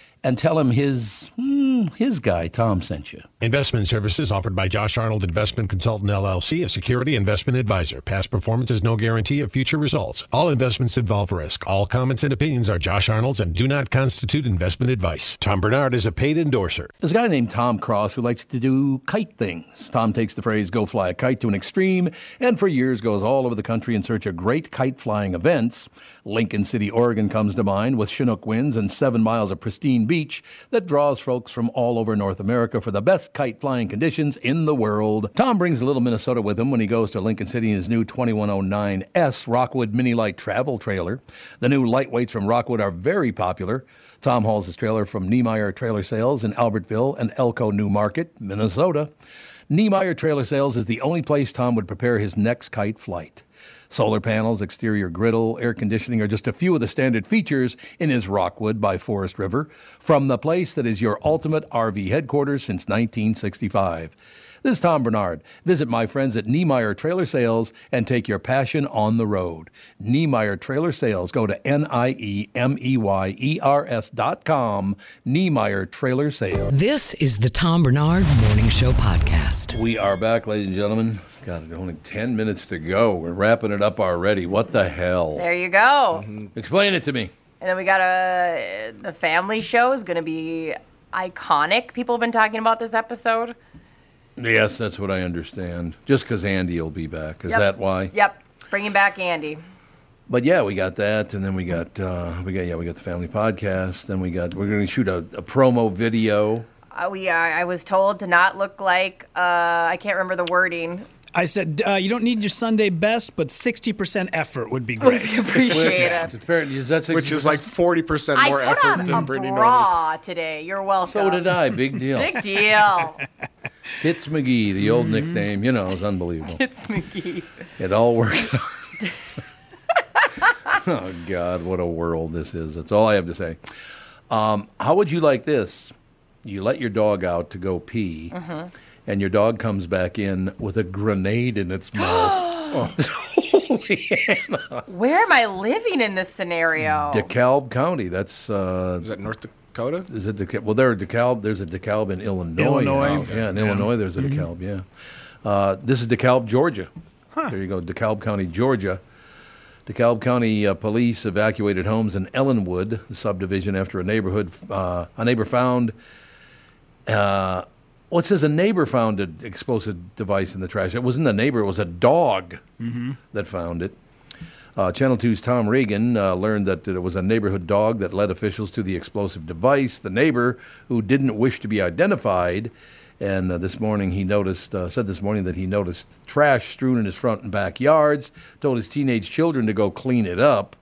Speaker 2: and tell him his, hmm, his guy, Tom, sent you.
Speaker 8: Investment services offered by Josh Arnold Investment Consultant LLC, a security investment advisor. Past performance is no guarantee of future results. All investments involve risk. All comments and opinions are Josh Arnold's and do not constitute investment advice. Tom Bernard is a paid endorser.
Speaker 2: There's a guy named Tom Cross who likes to do kite things. Tom takes the phrase go fly a kite to an extreme and for years goes all over the country in search of great kite flying events. Lincoln City, Oregon comes to mind with Chinook winds and seven miles of pristine beach that draws folks from all over North America for the best kite flying conditions in the world. Tom brings a little Minnesota with him when he goes to Lincoln City in his new 2109S Rockwood Mini Light Travel Trailer. The new lightweights from Rockwood are very popular. Tom hauls his trailer from Niemeyer Trailer Sales in Albertville and Elko New Market, Minnesota. Niemeyer Trailer Sales is the only place Tom would prepare his next kite flight. Solar panels, exterior griddle, air conditioning are just a few of the standard features in his Rockwood by Forest River from the place that is your ultimate RV headquarters since 1965. This is Tom Bernard. Visit my friends at Niemeyer Trailer Sales and take your passion on the road. Niemeyer Trailer Sales. Go to E N-I-E-M-E-Y-E-R-S E dot com. Niemeyer Trailer Sales.
Speaker 1: This is the Tom Bernard Morning Show podcast.
Speaker 2: We are back, ladies and gentlemen. God, there's only 10 minutes to go. We're wrapping it up already. What the hell?
Speaker 4: There you
Speaker 2: Mm-hmm.
Speaker 4: go.
Speaker 2: Explain it to me.
Speaker 4: And then we got a the family show is going to be iconic. People have been talking about this episode.
Speaker 2: Yes, that's what I understand. Just because Andy will be back. Is
Speaker 4: Yep.
Speaker 2: that why?
Speaker 4: Yep, bringing back Andy.
Speaker 2: But yeah, we got that, and then we got uh, we got yeah we got the family podcast. Then we got we're going to shoot a, a promo video.
Speaker 4: Uh, we uh, I was told to not look like uh, I can't remember the wording.
Speaker 6: I said, uh, you don't need your Sunday best, but 60% effort would
Speaker 2: Oh,
Speaker 6: be
Speaker 4: We
Speaker 6: great.
Speaker 4: appreciate it.
Speaker 2: Apparently, is that
Speaker 3: which is like 40%
Speaker 4: I
Speaker 3: more
Speaker 4: put
Speaker 3: effort
Speaker 4: on
Speaker 3: than
Speaker 4: a
Speaker 3: Brittany Norton.
Speaker 4: bra today. You're welcome.
Speaker 2: so did I. Big deal.
Speaker 4: Big deal.
Speaker 2: Pitts McGee, the
Speaker 3: Mm-hmm.
Speaker 2: old nickname, you know, is unbelievable.
Speaker 4: it's McGee.
Speaker 2: It all works out. oh God, what a world this is. That's all I have to say. Um, how would you like this? You let your dog out to go pee, and your dog comes back in with a grenade in its mouth.
Speaker 4: Where am I living in this
Speaker 2: Mm,
Speaker 4: scenario?
Speaker 2: DeKalb County. That's uh,
Speaker 3: Is that North Dakota?
Speaker 2: is it DeKalb? Well, there are DeKalb. There's a DeKalb in Illinois.
Speaker 6: Illinois.
Speaker 2: now. yeah, in Illinois there's a DeKalb. Yeah, uh, this is DeKalb, Georgia. There you go, DeKalb County, Georgia. DeKalb County uh, police evacuated homes in Ellenwood, the subdivision, after a neighborhood uh, a neighbor found. Uh, well, it says a neighbor found an explosive device in the trash. It wasn't a neighbor; it was a dog that found it. Uh, Channel 2's Tom Reagan uh, learned that it was a neighborhood dog that led officials to the explosive device. The neighbor, who didn't wish to be identified, and uh, this morning he noticed, uh, said this morning that he noticed trash strewn in his front and backyards, told his teenage children to go clean it up.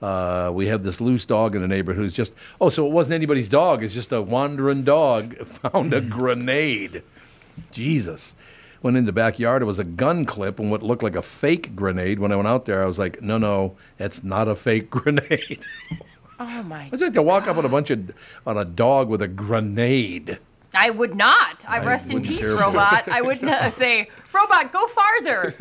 Speaker 2: Uh, we have this loose dog in the neighborhood who's just, oh, so it wasn't anybody's dog. It's just a wandering dog found a grenade. Jesus. Went in the backyard. It was a gun clip and what looked like a fake grenade. When I went out there, I was like, no, no, that's not a fake grenade.
Speaker 4: Oh my!
Speaker 2: I'd like to walk up on a bunch of, on a dog with a grenade.
Speaker 4: I would not. I, rest in
Speaker 2: wouldn't
Speaker 4: peace,
Speaker 2: care for it.
Speaker 4: robot. I would not say, robot, go farther.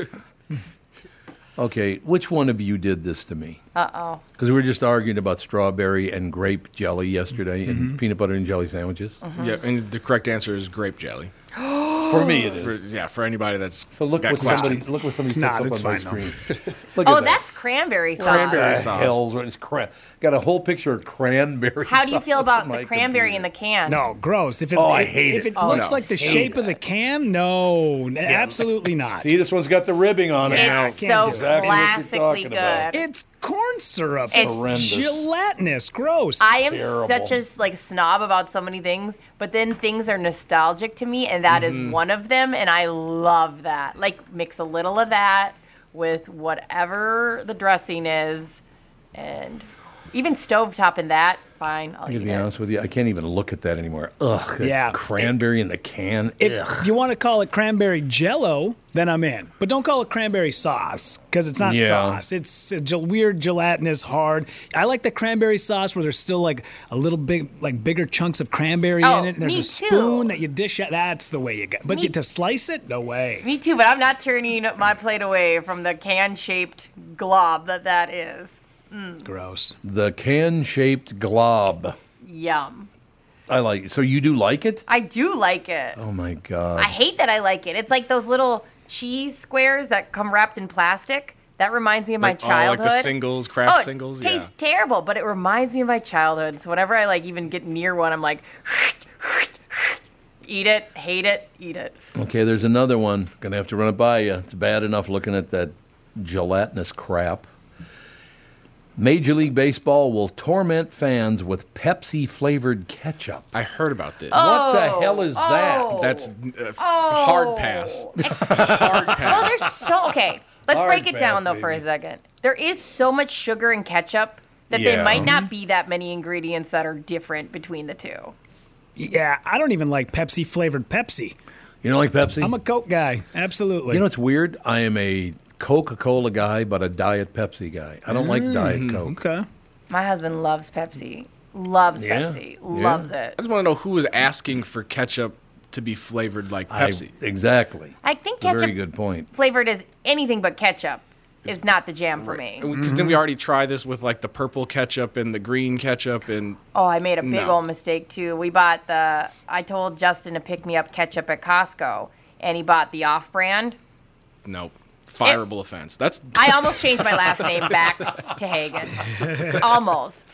Speaker 2: Okay, which one of you did this to me? Uh oh. Because we were just arguing about strawberry and grape
Speaker 4: Uh-huh.
Speaker 6: Mm-hmm.
Speaker 2: jelly yesterday and peanut butter and jelly sandwiches.
Speaker 3: Yeah, and the correct answer is grape jelly.
Speaker 2: For me, it
Speaker 3: For,
Speaker 2: is.
Speaker 3: yeah, for anybody that's
Speaker 2: So look
Speaker 3: got
Speaker 2: what
Speaker 3: questions.
Speaker 2: somebody look what somebody
Speaker 6: It's
Speaker 2: puts
Speaker 6: not,
Speaker 2: up
Speaker 6: it's
Speaker 2: on my
Speaker 6: fine, though.
Speaker 2: screen. Look
Speaker 4: Oh,
Speaker 2: at that.
Speaker 4: that's cranberry sauce.
Speaker 2: cranberry
Speaker 3: sauce.
Speaker 2: Hell's right, it's cran- Got a whole picture of cranberry.
Speaker 4: How do you
Speaker 2: sauce
Speaker 4: feel about
Speaker 2: on
Speaker 4: the
Speaker 2: my
Speaker 4: cranberry in
Speaker 2: computer.
Speaker 4: the can?
Speaker 6: No, gross. If it,
Speaker 2: Oh, I
Speaker 6: if-
Speaker 2: hate
Speaker 6: if
Speaker 2: it.
Speaker 6: it
Speaker 2: Oh,
Speaker 6: looks
Speaker 2: no.
Speaker 6: like the
Speaker 2: Hate
Speaker 6: shape of the can, no, n- absolutely not.
Speaker 2: See, this one's got the ribbing on it. now.
Speaker 4: It's
Speaker 6: I
Speaker 4: so
Speaker 6: can't do it.
Speaker 2: Exactly what you're
Speaker 4: classically
Speaker 2: talking about.
Speaker 4: good.
Speaker 6: It's corn syrup.
Speaker 4: It's
Speaker 2: Horrendous.
Speaker 6: gelatinous. Gross.
Speaker 4: I am
Speaker 2: terrible.
Speaker 4: such a like snob about so many things, but then things are nostalgic to me, and that is one of them, and I love that. Like mix a little of that with whatever the dressing is, and even stovetop in that. Fine, I'll
Speaker 2: I'm
Speaker 4: eat
Speaker 2: gonna be
Speaker 4: it.
Speaker 2: honest with you, I can't even look at that anymore. Ugh, that
Speaker 6: Yeah.
Speaker 2: cranberry in the can. Ugh.
Speaker 6: if you want to call it cranberry jello, then I'm in. But don't call it cranberry sauce because it's not
Speaker 2: Yeah.
Speaker 6: sauce. It's a gel- weird gelatinous hard. I like the cranberry sauce where there's still like a little big, like bigger chunks of cranberry
Speaker 4: Oh,
Speaker 6: in it. And there's
Speaker 4: me
Speaker 6: a spoon that you dish out. That's the way you got. But
Speaker 4: Me-
Speaker 6: get to slice it, no way.
Speaker 4: Me too, but I'm not turning my plate away from the can-shaped glob that that is.
Speaker 6: It's gross.
Speaker 2: The can-shaped glob.
Speaker 4: Yum.
Speaker 2: I like. So you do like it?
Speaker 4: I do like it.
Speaker 2: Oh my god.
Speaker 4: I hate that I like it. It's like those little cheese squares that come wrapped in plastic. That reminds me of my
Speaker 3: Like, oh, like
Speaker 4: childhood.
Speaker 3: the singles,
Speaker 4: Oh,
Speaker 3: craft
Speaker 4: it
Speaker 3: singles, yeah.
Speaker 4: Tastes terrible, but it reminds me of my childhood. So whenever I like even get near one, I'm like, eat it, hate it, eat it.
Speaker 2: Okay, there's another one. Gonna have to run it by you. It's bad enough looking at that gelatinous crap. Major League Baseball will torment fans with Pepsi flavored ketchup.
Speaker 3: I heard about this.
Speaker 2: what the hell is
Speaker 4: oh.
Speaker 2: that?
Speaker 3: That's uh, hard pass. hard pass.
Speaker 4: Well, there's so okay. Let's
Speaker 2: Hard
Speaker 4: break it down
Speaker 2: pass,
Speaker 4: though for a
Speaker 2: baby.
Speaker 4: second. There is so much sugar in ketchup that
Speaker 2: Yeah.
Speaker 4: there might
Speaker 2: Mm-hmm.
Speaker 4: not be that many ingredients that are different between the two.
Speaker 6: Yeah, I don't even like Pepsi flavored Pepsi.
Speaker 2: You don't like Pepsi?
Speaker 6: I'm a Coke guy. Absolutely.
Speaker 2: you know it's weird? I am a Coca Cola guy, but a Diet Pepsi guy. I don't like
Speaker 4: Mm,
Speaker 2: Diet Coke.
Speaker 6: okay.
Speaker 4: My husband loves Pepsi. Loves
Speaker 2: Yeah,
Speaker 4: Pepsi.
Speaker 2: yeah.
Speaker 4: Loves it.
Speaker 3: I just want to know who was asking for ketchup to be flavored like
Speaker 2: I-
Speaker 3: Pepsi.
Speaker 2: exactly.
Speaker 4: I think
Speaker 2: Very
Speaker 4: ketchup
Speaker 2: good point.
Speaker 4: flavored is anything but ketchup. Is not the jam for me.
Speaker 3: Because
Speaker 2: Mm-hmm.
Speaker 3: didn't we already try this with like the purple ketchup and the green ketchup and
Speaker 4: Oh, I made a big
Speaker 3: No.
Speaker 4: old mistake too. We bought the. I told Justin to pick me up ketchup at Costco, and he bought the off-brand.
Speaker 3: nope, fireable offense. That's
Speaker 4: I almost changed my last name back to Hagen. Almost.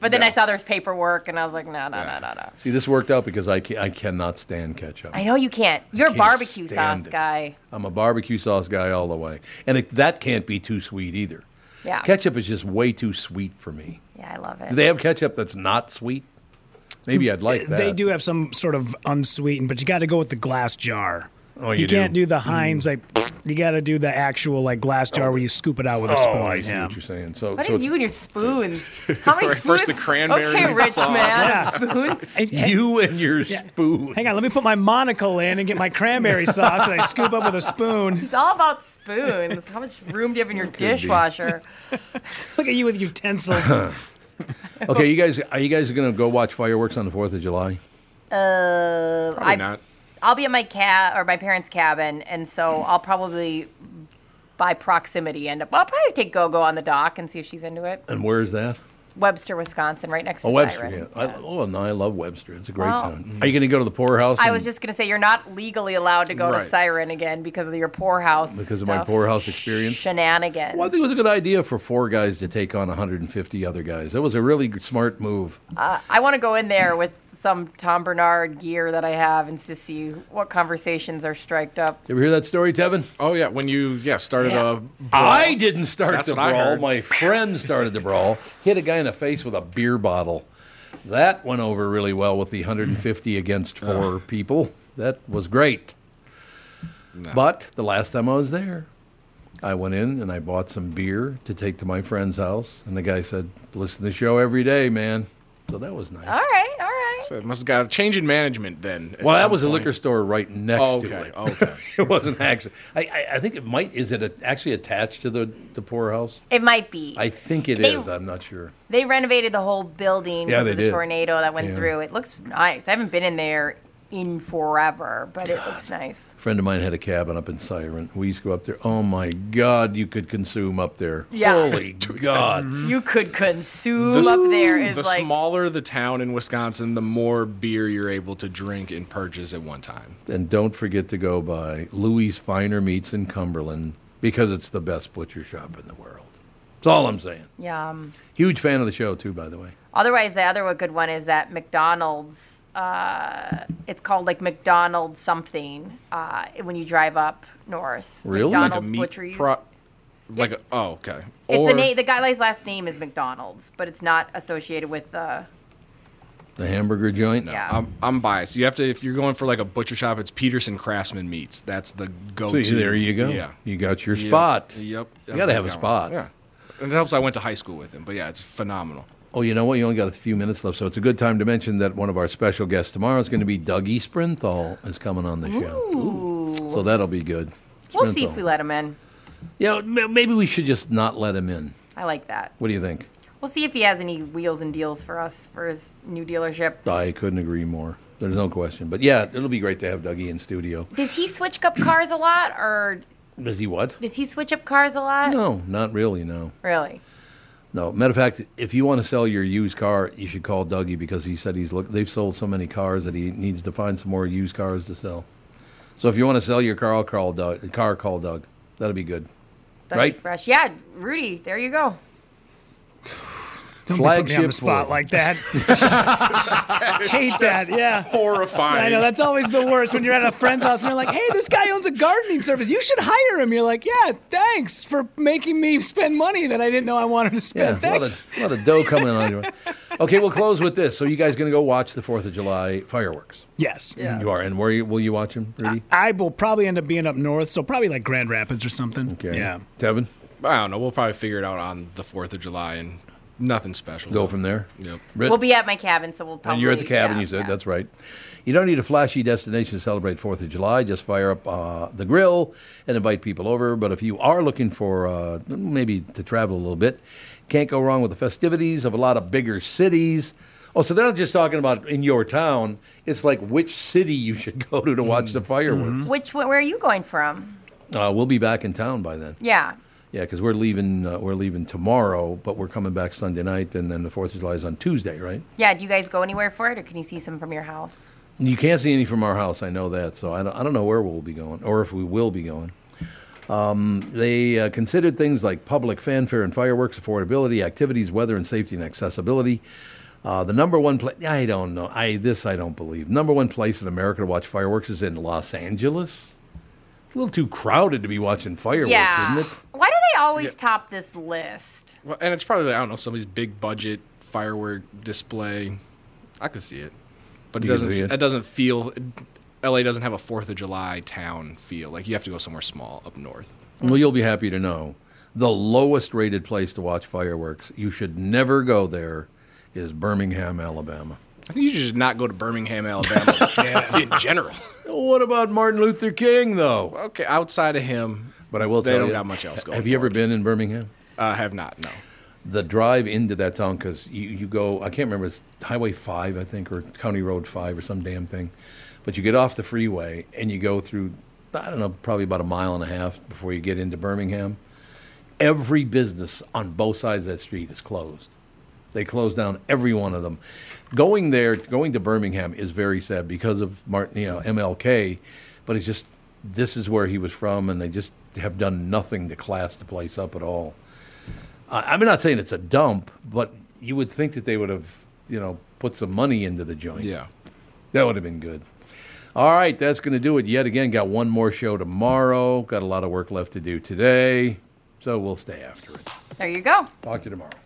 Speaker 4: But then I saw there's paperwork, and I was like, no, no, no, no, no.
Speaker 2: See, this worked out because I, ca- I cannot stand ketchup.
Speaker 4: I know you can't. You're a
Speaker 2: can't
Speaker 4: barbecue
Speaker 2: stand
Speaker 4: sauce
Speaker 2: it.
Speaker 4: guy.
Speaker 2: I'm a barbecue sauce guy all the way, and it, that can't be too sweet either.
Speaker 4: Yeah.
Speaker 2: ketchup is just way too sweet for me.
Speaker 4: Yeah, I love it.
Speaker 2: Do they have ketchup that's not sweet? Maybe I'd like that.
Speaker 6: They do have some sort of unsweetened, but you got to go with the glass jar.
Speaker 2: Oh, you do? Mm.
Speaker 6: can't do the Heinz like. You got to do the actual like glass jar where you scoop it out with a spoon.
Speaker 2: Oh, I see
Speaker 6: yeah.
Speaker 2: what you're saying. So,
Speaker 4: What
Speaker 2: so
Speaker 4: is you and your spoons? How many
Speaker 3: Right,
Speaker 4: spoons?
Speaker 3: first the cranberry
Speaker 4: Okay,
Speaker 3: and
Speaker 4: rich
Speaker 3: sauce.
Speaker 4: man, spoons.
Speaker 6: Hey, hey,
Speaker 2: you and your spoon.
Speaker 6: hang on, let me put my monocle in and get my cranberry sauce that I scoop up with a spoon.
Speaker 4: It's all about spoons. How much room do you have in your dishwasher?
Speaker 6: Look at you with utensils.
Speaker 2: Okay, you guys, are you guys going to go watch fireworks on the Fourth of July?
Speaker 4: Uh,
Speaker 3: probably
Speaker 4: I,
Speaker 3: not.
Speaker 4: I'll be at my cat or my parents' cabin, and so I'll probably by proximity end up. I'll probably take Gogo on the dock and see if she's into it.
Speaker 2: And where is that?
Speaker 4: Webster, Wisconsin, right next to
Speaker 2: Oh, Webster.
Speaker 4: Siren.
Speaker 2: Yeah. I, oh, no, I love Webster. It's a great
Speaker 4: Wow.
Speaker 2: town. Are you going to go to the poorhouse?
Speaker 4: I
Speaker 2: and-
Speaker 4: was just gonna say you're not legally allowed to go to
Speaker 3: Right.
Speaker 4: Siren again because of your poorhouse.
Speaker 2: Because of my
Speaker 4: stuff.
Speaker 2: poorhouse experience?
Speaker 4: Shenanigans.
Speaker 2: Well, I think it was a good idea for four guys to take on 150 other guys. That was a really g- smart move.
Speaker 4: I want to go in there with some Tom Bernard gear that I have and to see what conversations are striked up.
Speaker 2: You ever hear that story, Tevin?
Speaker 3: Oh yeah, when you yeah started uh, a
Speaker 2: I didn't start
Speaker 3: That's
Speaker 2: the
Speaker 3: what I
Speaker 2: brawl.
Speaker 3: heard.
Speaker 2: My friend started the brawl. Hit a guy in the face with a beer bottle. That went over really well with the 150 against four people. That was great. But the last time I was there, I went in and I bought some beer to take to my friend's house. And the guy said, Listen to the show every day, man. So that was nice.
Speaker 4: All right, all right.
Speaker 3: so it must have got a change in management then. at
Speaker 2: Well, that
Speaker 3: some
Speaker 2: was a
Speaker 3: point.
Speaker 2: liquor store right next
Speaker 3: Oh,
Speaker 2: to
Speaker 3: okay,
Speaker 2: it.
Speaker 3: okay.
Speaker 2: it wasn't actually. I, I, I think it might. Is it a, actually attached to the the poorhouse?
Speaker 4: It might be.
Speaker 2: I think it
Speaker 4: They-
Speaker 2: is. I'm not sure.
Speaker 4: they renovated the whole building
Speaker 2: Yeah,
Speaker 4: because
Speaker 2: they
Speaker 4: of the
Speaker 2: did.
Speaker 4: tornado that went
Speaker 2: Yeah.
Speaker 4: through. It looks nice. I haven't been in there in forever, but it looks nice.
Speaker 2: friend of mine had a cabin up in Siren. We used to go up there. Oh my God, you could consume up there.
Speaker 4: Yeah.
Speaker 2: Holy God.
Speaker 4: You could consume up there is
Speaker 3: the
Speaker 4: like
Speaker 3: smaller the town in Wisconsin, the more beer you're able to drink and purchase at one time.
Speaker 2: And don't forget to go by Louis Finer Meats in Cumberland because it's the best butcher shop in the world. That's all I'm saying.
Speaker 4: yum.
Speaker 2: Huge fan of the show, too, by the way.
Speaker 4: Otherwise, the other one- good one is that McDonald's. Uh, it's called like McDonald's something uh, when you drive up north.
Speaker 2: Really? Like a
Speaker 4: McDonald's Butchery.
Speaker 3: pro- like a, oh okay.
Speaker 4: it's
Speaker 3: or
Speaker 4: the name. The guy's last name is McDonald's, but it's not associated with the.
Speaker 2: The hamburger joint?
Speaker 4: Yeah.
Speaker 3: I'm, I'm biased. You have to if you're going for like a butcher shop, it's Peterson Craftsman Meats. That's the
Speaker 2: So
Speaker 3: go-to.
Speaker 2: there you go.
Speaker 3: Yeah.
Speaker 2: You got your
Speaker 3: Yep.
Speaker 2: spot.
Speaker 3: Yep.
Speaker 2: You got to have a
Speaker 3: Got one.
Speaker 2: spot.
Speaker 3: Yeah. And it helps I went to high school with him, but yeah, it's phenomenal.
Speaker 2: Oh, you know what? You only got a few minutes left, so it's a good time to mention that one of our special guests tomorrow is going to be Dougie Sprinthal is coming on the show. So that'll be good.
Speaker 4: We'll see if
Speaker 2: Sprinthal.
Speaker 4: we let him in.
Speaker 2: Yeah, m- maybe we should just not let him in.
Speaker 4: I like that.
Speaker 2: What do you think?
Speaker 4: We'll see if he has any wheels and deals for us for his new dealership.
Speaker 2: I couldn't agree more. There's no question. But yeah, it'll be great to have Dougie in studio.
Speaker 4: Does he switch up cars a lot, or
Speaker 2: Is he what?
Speaker 4: does he switch up cars a lot?
Speaker 2: No, not really. No,
Speaker 4: Really?
Speaker 2: no. Matter of fact, if you want to sell your used car, you should call Dougie because he said he's look. They've sold so many cars that he needs to find some more used cars to sell. So if you want to sell your car, I'll call Doug. Car, call Doug. That'll be good.
Speaker 4: That'd
Speaker 2: Right.
Speaker 4: be fresh. Yeah, Rudy. There you go.
Speaker 6: Don't be putting me on
Speaker 2: Flagship
Speaker 6: the spot
Speaker 2: forward.
Speaker 6: like that. Hate that. Yeah.
Speaker 3: Horrifying.
Speaker 6: I know that's always the worst when you're at a friend's house and they're like, "Hey, this guy owns a gardening service. You should hire him." You're like, "Yeah, thanks for making me spend money that I didn't know I wanted to
Speaker 2: Yeah,
Speaker 6: spend."
Speaker 2: a lot,
Speaker 6: thanks.
Speaker 2: of, a lot of dough coming on you. Okay, we'll close with this. So you guys going to go watch the Fourth of July fireworks?
Speaker 6: yes.
Speaker 2: You are, and where you, will you watch them, Rudy?
Speaker 6: I will probably end up being up north, so probably like Grand Rapids or something.
Speaker 2: Okay.
Speaker 6: Yeah.
Speaker 2: Tevin,
Speaker 3: I don't know. We'll probably figure it out on the 4th of July and nothing special.
Speaker 2: go from there.
Speaker 3: Yep.
Speaker 2: Britt?
Speaker 4: We'll be at my cabin, so we'll probably.
Speaker 2: And you're at the cabin,
Speaker 4: yeah,
Speaker 2: you said.
Speaker 4: yeah.
Speaker 2: That's right. You don't need a flashy destination to celebrate 4th of July. Just fire up uh, the grill and invite people over. But if you are looking for uh, maybe to travel a little bit, can't go wrong with the festivities of a lot of bigger cities. Oh, so they're not just talking about in your town. It's like which city you should go to to watch the fireworks.
Speaker 4: Which where are you going from?
Speaker 2: Uh, we'll be back in town by then.
Speaker 4: Yeah.
Speaker 2: Yeah, because we're leaving. Uh, we're leaving tomorrow, but we're coming back Sunday night, and then the Fourth of July is on Tuesday, right?
Speaker 4: Yeah, do you guys go anywhere for it, or can you see some from your house?
Speaker 2: You can't see any from our house. I know that. So I don't, I don't know where we'll be going or if we will be going. Um, they uh, considered things like public fanfare and fireworks, affordability, activities, weather and safety, and accessibility. Uh, the number one place, I don't know. I This I don't believe. Number one place in America to watch fireworks is in Los Angeles. It's a little too crowded to be watching fireworks,
Speaker 4: yeah.
Speaker 2: isn't it?
Speaker 4: Why do they always top this list?
Speaker 3: Well, and it's probably I don't know somebody's big budget firework display. I could see it, but it
Speaker 2: You could
Speaker 3: doesn't.
Speaker 2: see it?
Speaker 3: It. doesn't feel. L.A. doesn't have a Fourth of July town feel. Like you have to go somewhere small up north.
Speaker 2: Well, you'll be happy to know the lowest rated place to watch fireworks, you should never go there, is Birmingham, Alabama.
Speaker 3: I think you should not go to Birmingham, Alabama, in general.
Speaker 2: What about Martin Luther King, though?
Speaker 3: Okay, outside of him,
Speaker 2: But I will
Speaker 3: They
Speaker 2: tell
Speaker 3: don't
Speaker 2: you,
Speaker 3: got much else going
Speaker 2: Have you
Speaker 3: for
Speaker 2: ever been in Birmingham?
Speaker 3: I have not. No,
Speaker 2: The drive into that town because you, you go, I can't remember, it's Highway 5, I think, or County Road 5 or some damn thing. But you get off the freeway and you go through, I don't know, probably about a mile and a half before you get into Birmingham. Every business on both sides of that street is closed. They closed down every one of them. Going there, going to Birmingham is very sad because of Martin, you know, MLK, but it's just this is where he was from, and they just have done nothing to class the place up at all. I, I'm not saying it's a dump, but you would think that they would have, you know, put some money into the joint.
Speaker 3: yeah.
Speaker 2: That would have been good. All right, that's going to do it yet again. Got one more show tomorrow. Got a lot of work left to do today, so we'll stay after it.
Speaker 4: There you go.
Speaker 2: Talk to you tomorrow.